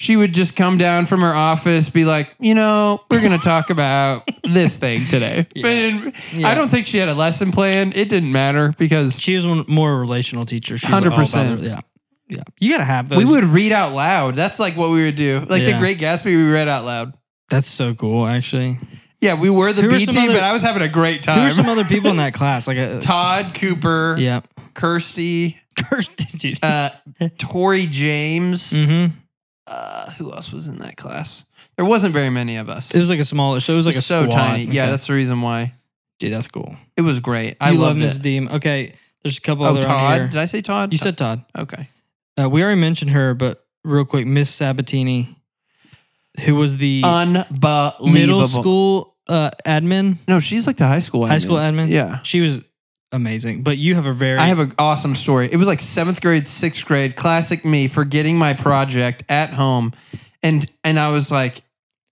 S2: she would just come down from her office, be like, you know, we're gonna talk about this thing today.
S1: Yeah.
S2: And
S1: Yeah.
S2: I don't think she had a lesson plan. It didn't matter because
S1: She was one more relational teacher. She was all about
S2: 100%.
S1: it. yeah, yeah. You gotta have those.
S2: we would read out loud. That's like what we would do. Like
S1: Yeah.
S2: the Great Gatsby, we read out loud.
S1: That's so cool, actually.
S2: Yeah, we were the
S1: Who were
S2: B
S1: some
S2: team,
S1: other-
S2: but I was having a great
S1: Who are
S2: time.
S1: some other people in that class? Like, a,
S2: Todd Cooper,
S1: yeah,
S2: Kirsty,
S1: Kirsty.
S2: uh, Tori James.
S1: mm-hmm.
S2: Uh, who else was in that class? There wasn't very many of us.
S1: It was like a smaller. So it was like a
S2: so
S1: squad.
S2: tiny. Yeah,
S1: Okay.
S2: that's the reason why
S1: dude, that's cool.
S2: it was great. I
S1: you love
S2: loved
S1: Mrs.
S2: it.
S1: Deem. Okay, there's a couple
S2: Oh,
S1: other on here.
S2: Todd. Did I say Todd?
S1: You said Todd.
S2: okay.
S1: Uh, we already mentioned her, but real quick, Miss Sabatini, who was the
S2: Unbelievable.
S1: middle school uh, admin,
S2: No, she's like the high school.
S1: high school admin.
S2: Yeah.
S1: she was amazing. But you have a very
S2: I have an awesome story. It was like seventh grade, sixth grade, classic me forgetting my project at home, and and I was like,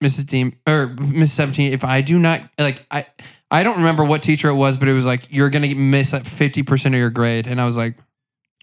S2: Mrs. Dean or Miss Seventeen, if I do not like, I I don't remember what teacher it was, but it was like you're gonna miss like fifty percent of your grade, and I was like,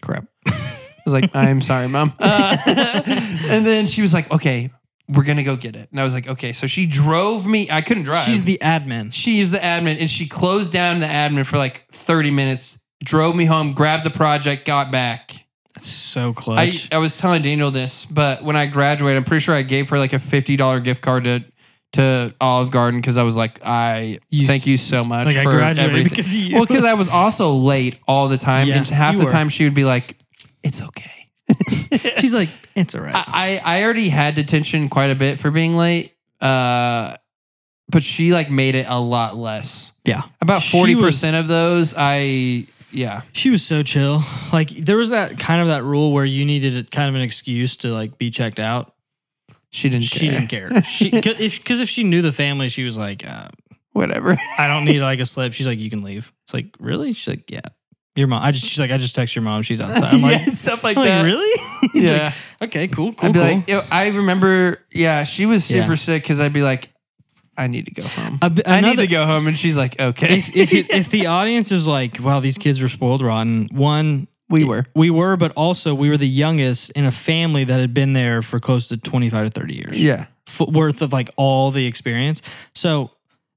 S1: crap.
S2: I was like, I'm sorry, mom. Uh, and then she was like, okay, we're going to go get it. And I was like, okay. So she drove me. I couldn't drive.
S1: She's the admin.
S2: she is the admin and she closed down the admin for like 30 minutes, drove me home, grabbed the project, got back.
S1: That's so close.
S2: I, I was telling Daniel this, but when I graduated, I'm pretty sure I gave her like a $50 gift card to, to Olive Garden because I was like, I
S1: You
S2: thank
S1: s-
S2: you so much.
S1: like I
S2: for
S1: graduated
S2: everything.
S1: because of you.
S2: Well, because I was also late all the time,
S1: Yeah,
S2: and half
S1: you
S2: the
S1: were.
S2: time she would be like, "It's okay."
S1: she's like, it's all right.
S2: I, I I already had detention quite a bit for being late, uh, but she like made it a lot less.
S1: yeah,
S2: About
S1: She
S2: forty percent of those, I yeah,
S1: she was so chill. Like there was that kind of that rule where you needed a, kind of an excuse to like be checked out.
S2: she didn't.
S1: She
S2: care.
S1: didn't care. She because if, 'cause if she knew the family, she was like, uh,
S2: whatever.
S1: I don't need like a slip. She's like, you can leave. It's like really. She's like, yeah, your mom. I just she's like, I just text your mom. She's outside. I'm like,
S2: yeah, stuff like
S1: I'm like,
S2: that.
S1: really? Like,
S2: Yeah,
S1: okay. Cool. Cool.
S2: I'd be
S1: cool.
S2: like, yo, I remember. Yeah, she was
S1: Yeah.
S2: super sick because I'd be like, I need to go home.
S1: A bit-
S2: I need
S1: another-
S2: to go home, and she's like, okay.
S1: if if, it, if the audience is like, wow, these kids were spoiled rotten. One,
S2: we were.
S1: we were, but also we were the youngest in a family that had been there for close to twenty five to thirty years.
S2: Yeah.
S1: f- worth of like all the experience. So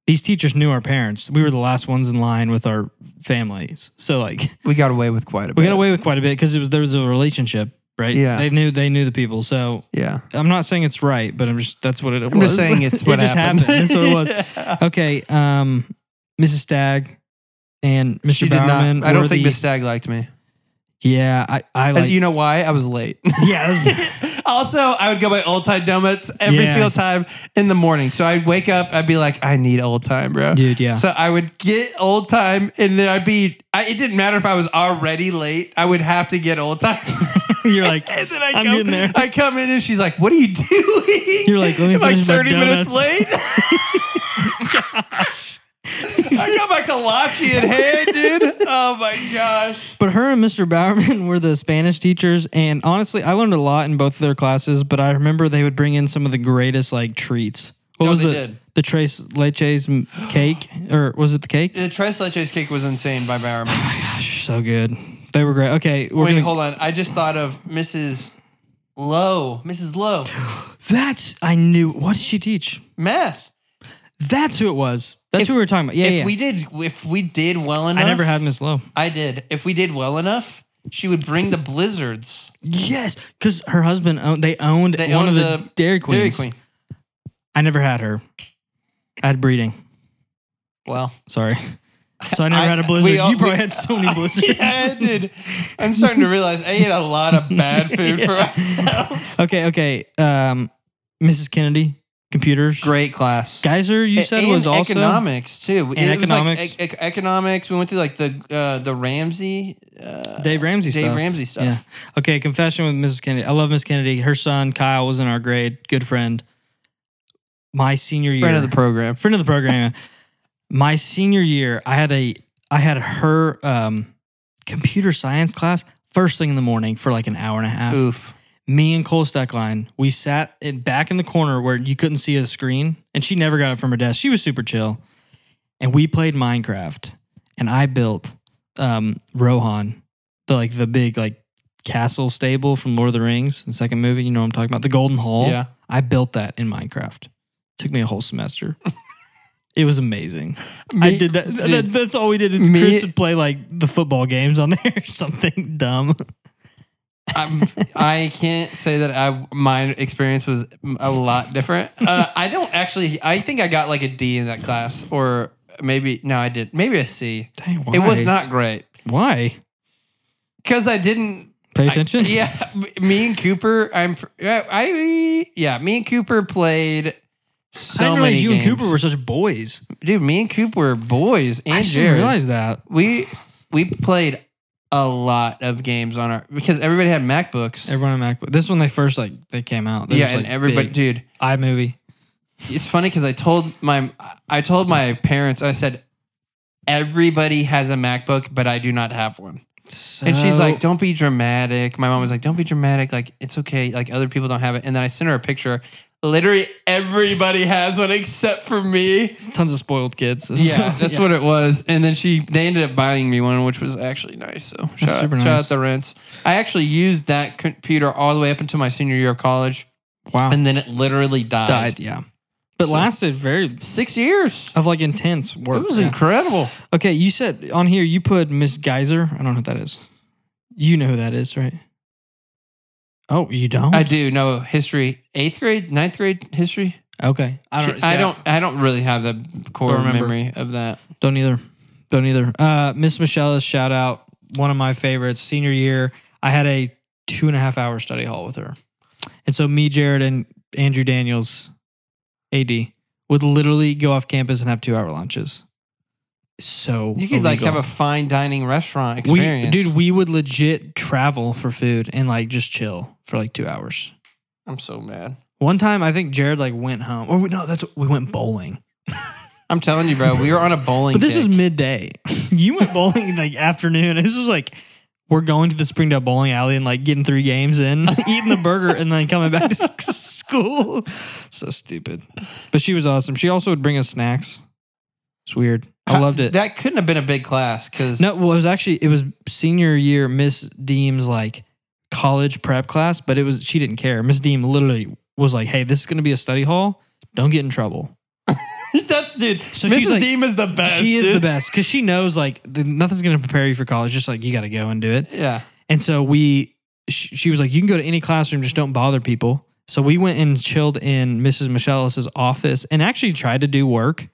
S1: these teachers knew our parents. We were the last ones in line with our families. So like
S2: We got away with quite a bit.
S1: we got away with quite a bit because it was there was a relationship, right?
S2: Yeah.
S1: they knew they knew the people. So
S2: Yeah.
S1: I'm not saying it's right, but I'm just that's what it
S2: I'm
S1: was.
S2: just saying it's
S1: It
S2: what
S1: just
S2: happened.
S1: That's what it was. Okay, um, Mrs. Stagg and Mr.
S2: She did
S1: Bowerman.
S2: not. I don't
S1: were
S2: think
S1: the,
S2: Miss Stagg liked me.
S1: Yeah, I I
S2: And
S1: like.
S2: you know why? I was late.
S1: yeah, that was-
S2: Also, I would go by old time donuts every
S1: Yeah.
S2: single time in the morning. So I'd wake up, I'd be like, I need old time, bro.
S1: Dude, yeah.
S2: So I would get old time, and then I'd be. I, it didn't matter if I was already late. I would have to get old time.
S1: You're like,
S2: and then I
S1: I'm
S2: come,
S1: getting there.
S2: I come in, and she's like, "What are you doing?"
S1: You're like, "Let me
S2: I'm like
S1: finish my
S2: 30 minutes
S1: donuts."
S2: late. I got my kolache in hand, dude. Oh my gosh.
S1: But her and Mr. Bowerman were the Spanish teachers, and honestly, I learned a lot in both of their classes. But I remember they would bring in some of the greatest like treats. What
S2: No,
S1: was
S2: Oh, they
S1: the
S2: did.
S1: the tres leches m- cake, or was it the cake?
S2: The tres leches cake was insane by Bowerman.
S1: Gosh, so good. They were great. Okay, we're
S2: Wait,
S1: gonna,
S2: hold on. I just thought of Mrs. Lowe. Mrs. Lowe.
S1: that's I knew. What did she teach?
S2: Math.
S1: That's who it was. That's
S2: If-
S1: who we were talking about. Yeah,
S2: if
S1: yeah.
S2: we did if we did well enough
S1: I never had Miss Lowe.
S2: I did. If we did well enough, she would bring the blizzards.
S1: Yes, because her husband owned. They owned
S2: They
S1: one
S2: owned
S1: of the, Dairy Queens.
S2: Dairy Queen.
S1: I never had her. I had breeding.
S2: Well,
S1: Sorry. So I never
S2: I-
S1: had a
S2: we
S1: blizzard.
S2: all-
S1: you probably
S2: we-
S1: had so many blizzards.
S2: yeah, I did. I'm starting to realize I ate a lot of bad food for
S1: Yeah.
S2: myself.
S1: Okay, okay. Um, Mrs. Kennedy, computers.
S2: Great class.
S1: Geyser, you said
S2: And
S1: was also
S2: economics too.
S1: And
S2: was like
S1: economics.
S2: ec- ec- economics. We went through like the uh, the Ramsey. Uh,
S1: Dave Ramsey
S2: Dave
S1: stuff.
S2: Ramsey stuff.
S1: Yeah. Okay, confession with Mrs. Kennedy. I love Miss Kennedy. Her son Kyle was in our grade. Good friend. My senior year.
S2: Friend of the program.
S1: friend of the program. My senior year, I had a I had her um, computer science class first thing in the morning for like an hour and a half.
S2: Oof.
S1: me and Cole Steckline, we sat in back in the corner where you couldn't see the screen, and she never got it from her desk. She was super chill, and we played Minecraft, and I built um, Rohan, the like the big like castle stable from Lord of the Rings, the second movie. You know what I'm talking about, the Golden Hall.
S2: Yeah.
S1: I built that in Minecraft. Took me a whole semester. it was amazing. I
S2: Me-
S1: did that.
S2: dude.
S1: that- That's all we did is
S2: Me-
S1: Chris would play like the football games on there or something dumb.
S2: I'm, I can't say that I my experience was a lot different. Uh, I don't actually. I think I got like a D in that class, or maybe no, I did. Maybe a C.
S1: Dang,
S2: It was not great
S1: Why?
S2: because I didn't.
S1: Pay attention.
S2: Yeah, me and Cooper. I'm. I yeah. Me and Cooper played.
S1: I
S2: So
S1: didn't
S2: many
S1: realize you and
S2: games.
S1: Cooper were such boys.
S2: dude. Me and Cooper were boys and
S1: I didn't
S2: Jared.
S1: realize that.
S2: We we played a lot of games on our because everybody had MacBooks.
S1: Everyone on MacBook. This when they first like they came out.
S2: yeah, and everybody, dude.
S1: iMovie.
S2: It's funny because I told my I told my parents I said everybody has a MacBook, but I do not have one. and she's
S1: Oh.
S2: like, "Don't be dramatic." My mom was like, "Don't be dramatic. Like it's okay. Like other people don't have it." And then I sent her a picture. Literally everybody has one except for me.
S1: tons of spoiled kids.
S2: Yeah, that's what it was. And then she they ended up buying me one, which was actually nice. So shout, out,
S1: super
S2: shout
S1: nice.
S2: out the rents. I actually used that computer all the way up until my senior year of college,
S1: Wow.
S2: and then it literally died.
S1: died. Yeah, but
S2: So-
S1: lasted very
S2: Six years.
S1: of like intense work.
S2: It was
S1: Yeah.
S2: incredible.
S1: okay, you said on here you put Miss Geyser. I don't know who that is. You know who that is, right? Oh, you don't?
S2: I do know history. Eighth grade, ninth grade history.
S1: okay, I
S2: I
S1: don't.
S2: don't.
S1: see,
S2: I don't, really have the core
S1: Don't remember.
S2: memory of that.
S1: Don't either. Don't either. Uh, Miss Michelle's shout out, one of my favorites. Senior year, I had a two and a half hour study hall with her, and so me, Jared, and Andrew Daniels, AD, would literally go off campus and have two hour lunches. So
S2: You could like
S1: illegal.
S2: have a fine dining restaurant
S1: We-
S2: experience,
S1: dude. We would legit travel for food and like just chill for like two hours.
S2: I'm so mad.
S1: One time, I think Jared like went home. Or we, no, that's we went bowling.
S2: I'm telling you, bro. We were on a bowling.
S1: But this
S2: kick.
S1: was midday. you went bowling in like afternoon. This was like we're going to the Springdale bowling alley and like getting three games in, eating the burger, and then coming back to s- school. So stupid. But she was awesome. She also would bring us snacks. It's weird. I
S2: How-
S1: loved it.
S2: That couldn't have been a big class because
S1: No, well, it was actually it was senior year Miss Deem's like college prep class, but it was she didn't care. Miss Deem literally was like, "Hey, this is going to be a study hall. Don't get in trouble."
S2: that's dude.
S1: So
S2: Mrs.
S1: she's like-
S2: Deem is the best.
S1: she is the
S2: dude.
S1: best because she knows like the, nothing's going to prepare you for college. Just like you got to go and do it.
S2: Yeah,
S1: And so we, she, she was like, you can go to any classroom, just don't bother people. So we went and chilled in Mrs. Michelle's office and actually tried to do work,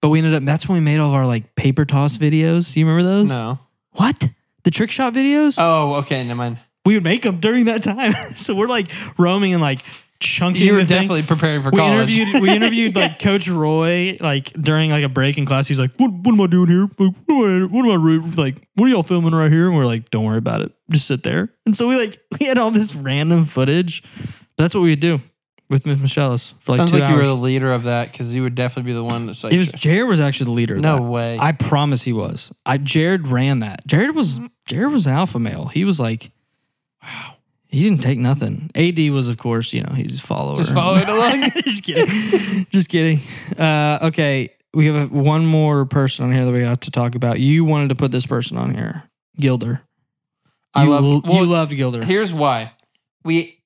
S1: but we ended up. That's when we made all of our like paper toss videos. Do you remember those?
S2: no.
S1: What the trick shot videos?
S2: Oh, okay, never mind.
S1: we would make them during that time. so we're like roaming and like chunking.
S2: You were
S1: the thing.
S2: definitely preparing for
S1: We
S2: college.
S1: interviewed we interviewed like Coach Roy like during like a break in class. He's like, "What, what am I doing here? Like, what am I what am I re- like? What are y'all filming right here?" And we're like, "Don't worry about it. Just sit there." And so we like we had all this random footage. But that's what we would do with Miss Michelle's for like
S2: Sounds
S1: two
S2: like you were
S1: hours.
S2: the leader of that because you would definitely be the one that's like.
S1: it was Jared was actually the leader. of
S2: no
S1: that.
S2: way.
S1: I promise he was. I Jared ran that. Jared was Jared was alpha male. He was like, wow. He didn't take nothing. AD was, of course, you know, he's a follower.
S2: Just following along.
S1: just kidding. Just kidding. Uh, okay, we have a, one more person on here that we have to talk about. You wanted to put this person on here, Gilder.
S2: I
S1: you,
S2: love-
S1: lo-
S2: well,
S1: you loved Gilder.
S2: Here's why. We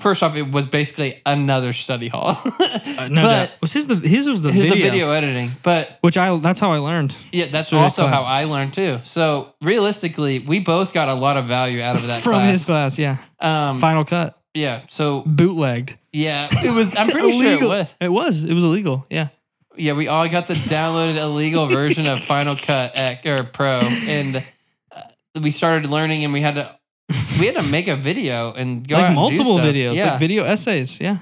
S2: first off, it was basically another study hall.
S1: Uh, no
S2: but
S1: doubt. Was his the his was the
S2: here's
S1: video,
S2: the video editing. But
S1: which I that's how I learned.
S2: yeah, that's
S1: Sure,
S2: also
S1: class.
S2: how I learned too. So realistically, we both got a lot of value out of that
S1: from
S2: class.
S1: his class. Yeah,
S2: um,
S1: final cut
S2: yeah. So
S1: bootlegged.
S2: yeah, it was. I'm pretty sure it
S1: Illegal.
S2: was.
S1: It was. It was illegal. Yeah.
S2: Yeah, we all got the downloaded illegal version of Final Cut X, or Pro, and uh, we started learning, and we had to we had to make a video and go out
S1: like
S2: and do
S1: multiple
S2: stuff.
S1: videos,
S2: Yeah,
S1: like video essays. Yeah,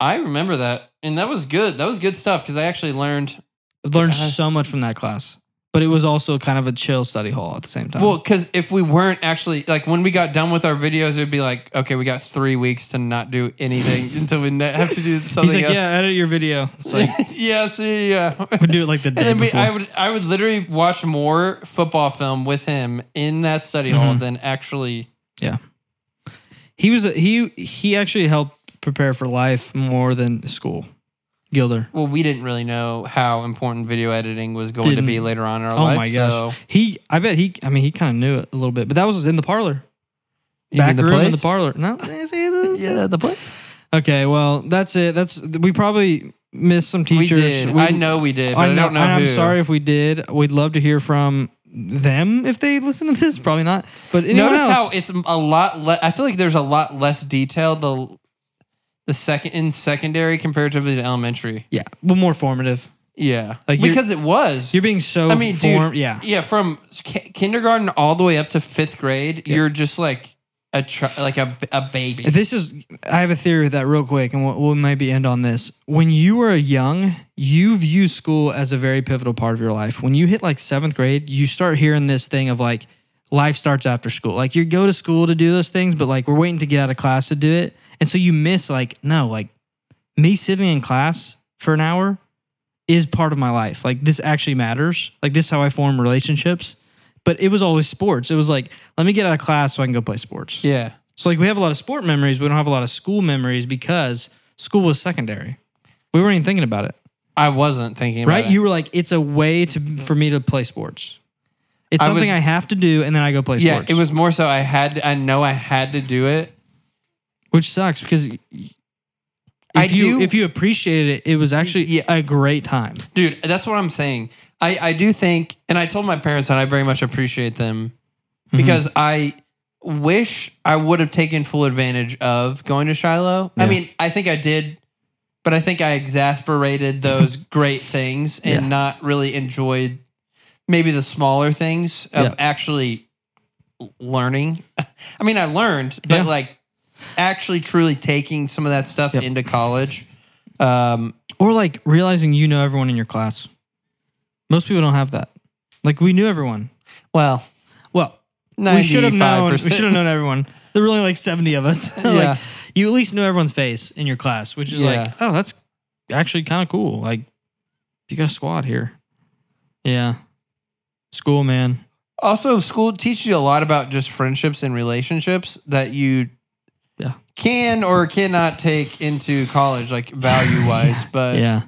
S2: I remember that, and that was good. That was good stuff because I actually learned
S1: I learned
S2: Uh,
S1: so much from that class, but it was also kind of a chill study hall at the same time.
S2: Well, because if we weren't actually like when we got done with our videos, it'd be like, okay, we got three weeks to not do anything until we ne- have to do something.
S1: he's like,
S2: else.
S1: "Yeah, edit your video." It's like
S2: yeah, see, yeah.
S1: we do it like the day
S2: And then we,
S1: before.
S2: I would, I would literally watch more football film with him in that study
S1: Mm-hmm.
S2: hall than actually.
S1: he was a, he he actually helped prepare for life more than school. Gilder.
S2: Well, we didn't really know how important video editing was going to be
S1: Didn't.
S2: later on in our
S1: Oh
S2: life.
S1: my gosh,
S2: So,
S1: he I bet he I mean he kind of knew it a little bit, but that was in the parlor.
S2: You mean
S1: Back
S2: the
S1: room in the
S2: place?
S1: parlor. No,
S2: yeah, the place
S1: Okay, well that's it. That's we probably missed some
S2: we
S1: teachers.
S2: did.
S1: We-
S2: I know we did. But I,
S1: I know,
S2: don't know.
S1: and
S2: who.
S1: I'm sorry if we did. We'd love to hear from them if they listen to this. Probably not. But anyone
S2: Notice
S1: else?
S2: how it's a lot. Le- I feel like there's a lot less detail the the second in secondary comparatively to elementary.
S1: yeah, well, more formative.
S2: Yeah,
S1: Like you're-
S2: because it was.
S1: You're being so.
S2: I mean,
S1: form-
S2: dude.
S1: yeah.
S2: yeah. From ki- kindergarten all the way up to fifth grade,
S1: Yeah.
S2: you're just like a tr- like a, a baby.
S1: This is. I have a theory with that real quick, and we'll, we'll maybe end on this. When you were young, you view school as a very pivotal part of your life. When you hit like seventh grade, you start hearing this thing of like, life starts after school. Like you go to school to do those things, but like we're waiting to get out of class to do it, and so you miss like no, like me sitting in class for an hour is part of my life. Like this actually matters. Like this is how I form relationships. But it was always sports. It was like, let me get out of class so I can go play sports.
S2: yeah,
S1: So like we have a lot of sport memories, but we don't have a lot of school memories because school was secondary. We weren't even thinking about it,
S2: I wasn't thinking about
S1: right?
S2: it.
S1: You were like, it's a way to for me to play sports. It's
S2: I
S1: something
S2: was-
S1: I have to do, and then I go play
S2: yeah.
S1: sports.
S2: It was more so I had. I know I had to do it.
S1: which sucks because y- if
S2: I
S1: you
S2: do-
S1: if you appreciated it, it was actually
S2: Yeah.
S1: a great time.
S2: dude that's what i'm saying i i do think and i told my parents that i very much appreciate them
S1: Mm-hmm.
S2: because i wish i would have taken full advantage of going to shiloh i
S1: Yeah.
S2: mean i think i did but i think i exasperated those great things and
S1: Yeah.
S2: not really enjoyed maybe the smaller things of
S1: Yeah.
S2: actually learning i mean i learned but
S1: Yeah.
S2: like actually truly taking some of that stuff
S1: Yep.
S2: into college um
S1: Or like realizing you know everyone in your class. Most people don't have that. Like we knew everyone.
S2: well
S1: Well, we should have known. We
S2: 95%.
S1: should have known everyone. There were only like seventy of us.
S2: Yeah.
S1: like you at least know everyone's face in your class, which is
S2: Yeah.
S1: like, oh, that's actually kind of cool. Like you got a squad here. Yeah. School man.
S2: Also, school teaches you a lot about just friendships and relationships that you
S1: Yeah.
S2: can or cannot take into college, like value wise. But
S1: Yeah.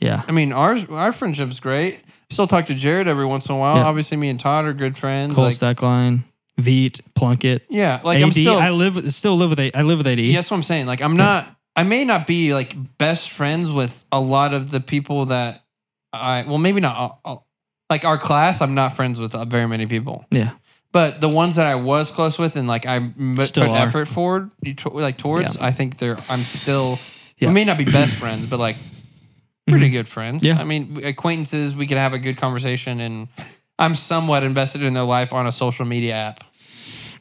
S1: Yeah.
S2: I mean, ours our friendship's great. Still talk to Jared every once in a while.
S1: Yeah.
S2: Obviously, me and Todd are good friends.
S1: Cole
S2: like,
S1: Stackline, Veet, Plunkett,
S2: yeah, like
S1: AD.
S2: I'm still.
S1: I E. live with still live with a I live with AD.
S2: yeah, that's what I'm saying. Like I'm not. I may not be like best friends with a lot of the people that I. Well, maybe not. all- all- like our class, I'm not friends with uh, very many people.
S1: Yeah.
S2: But the ones that I was close with and like I m- put
S1: Still are.
S2: effort forward, you to- like towards, I think they're I'm
S1: Yeah.
S2: still.
S1: Mm-hmm.
S2: We may not be best friends, but like pretty good friends.
S1: Yeah.
S2: I mean we- acquaintances. We could have a good conversation, and I'm somewhat invested in their life on a social media app.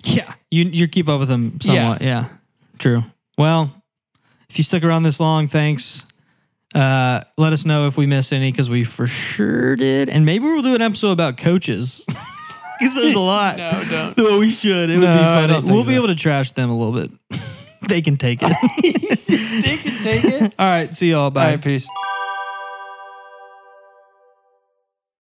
S1: Yeah, you you keep up with them somewhat. Yeah, true. Well, if you stick around this long, thanks. Uh, let us know if we missed any because we for sure did, and maybe we'll do an episode about coaches because there's a lot. no, don't. we should. It would be
S4: I don't
S1: funny.
S4: think
S1: We'll be
S4: so.
S1: able to trash them a little bit. they can take it.
S5: they can take it.
S1: All right. See y'all. Bye.
S5: All right, peace.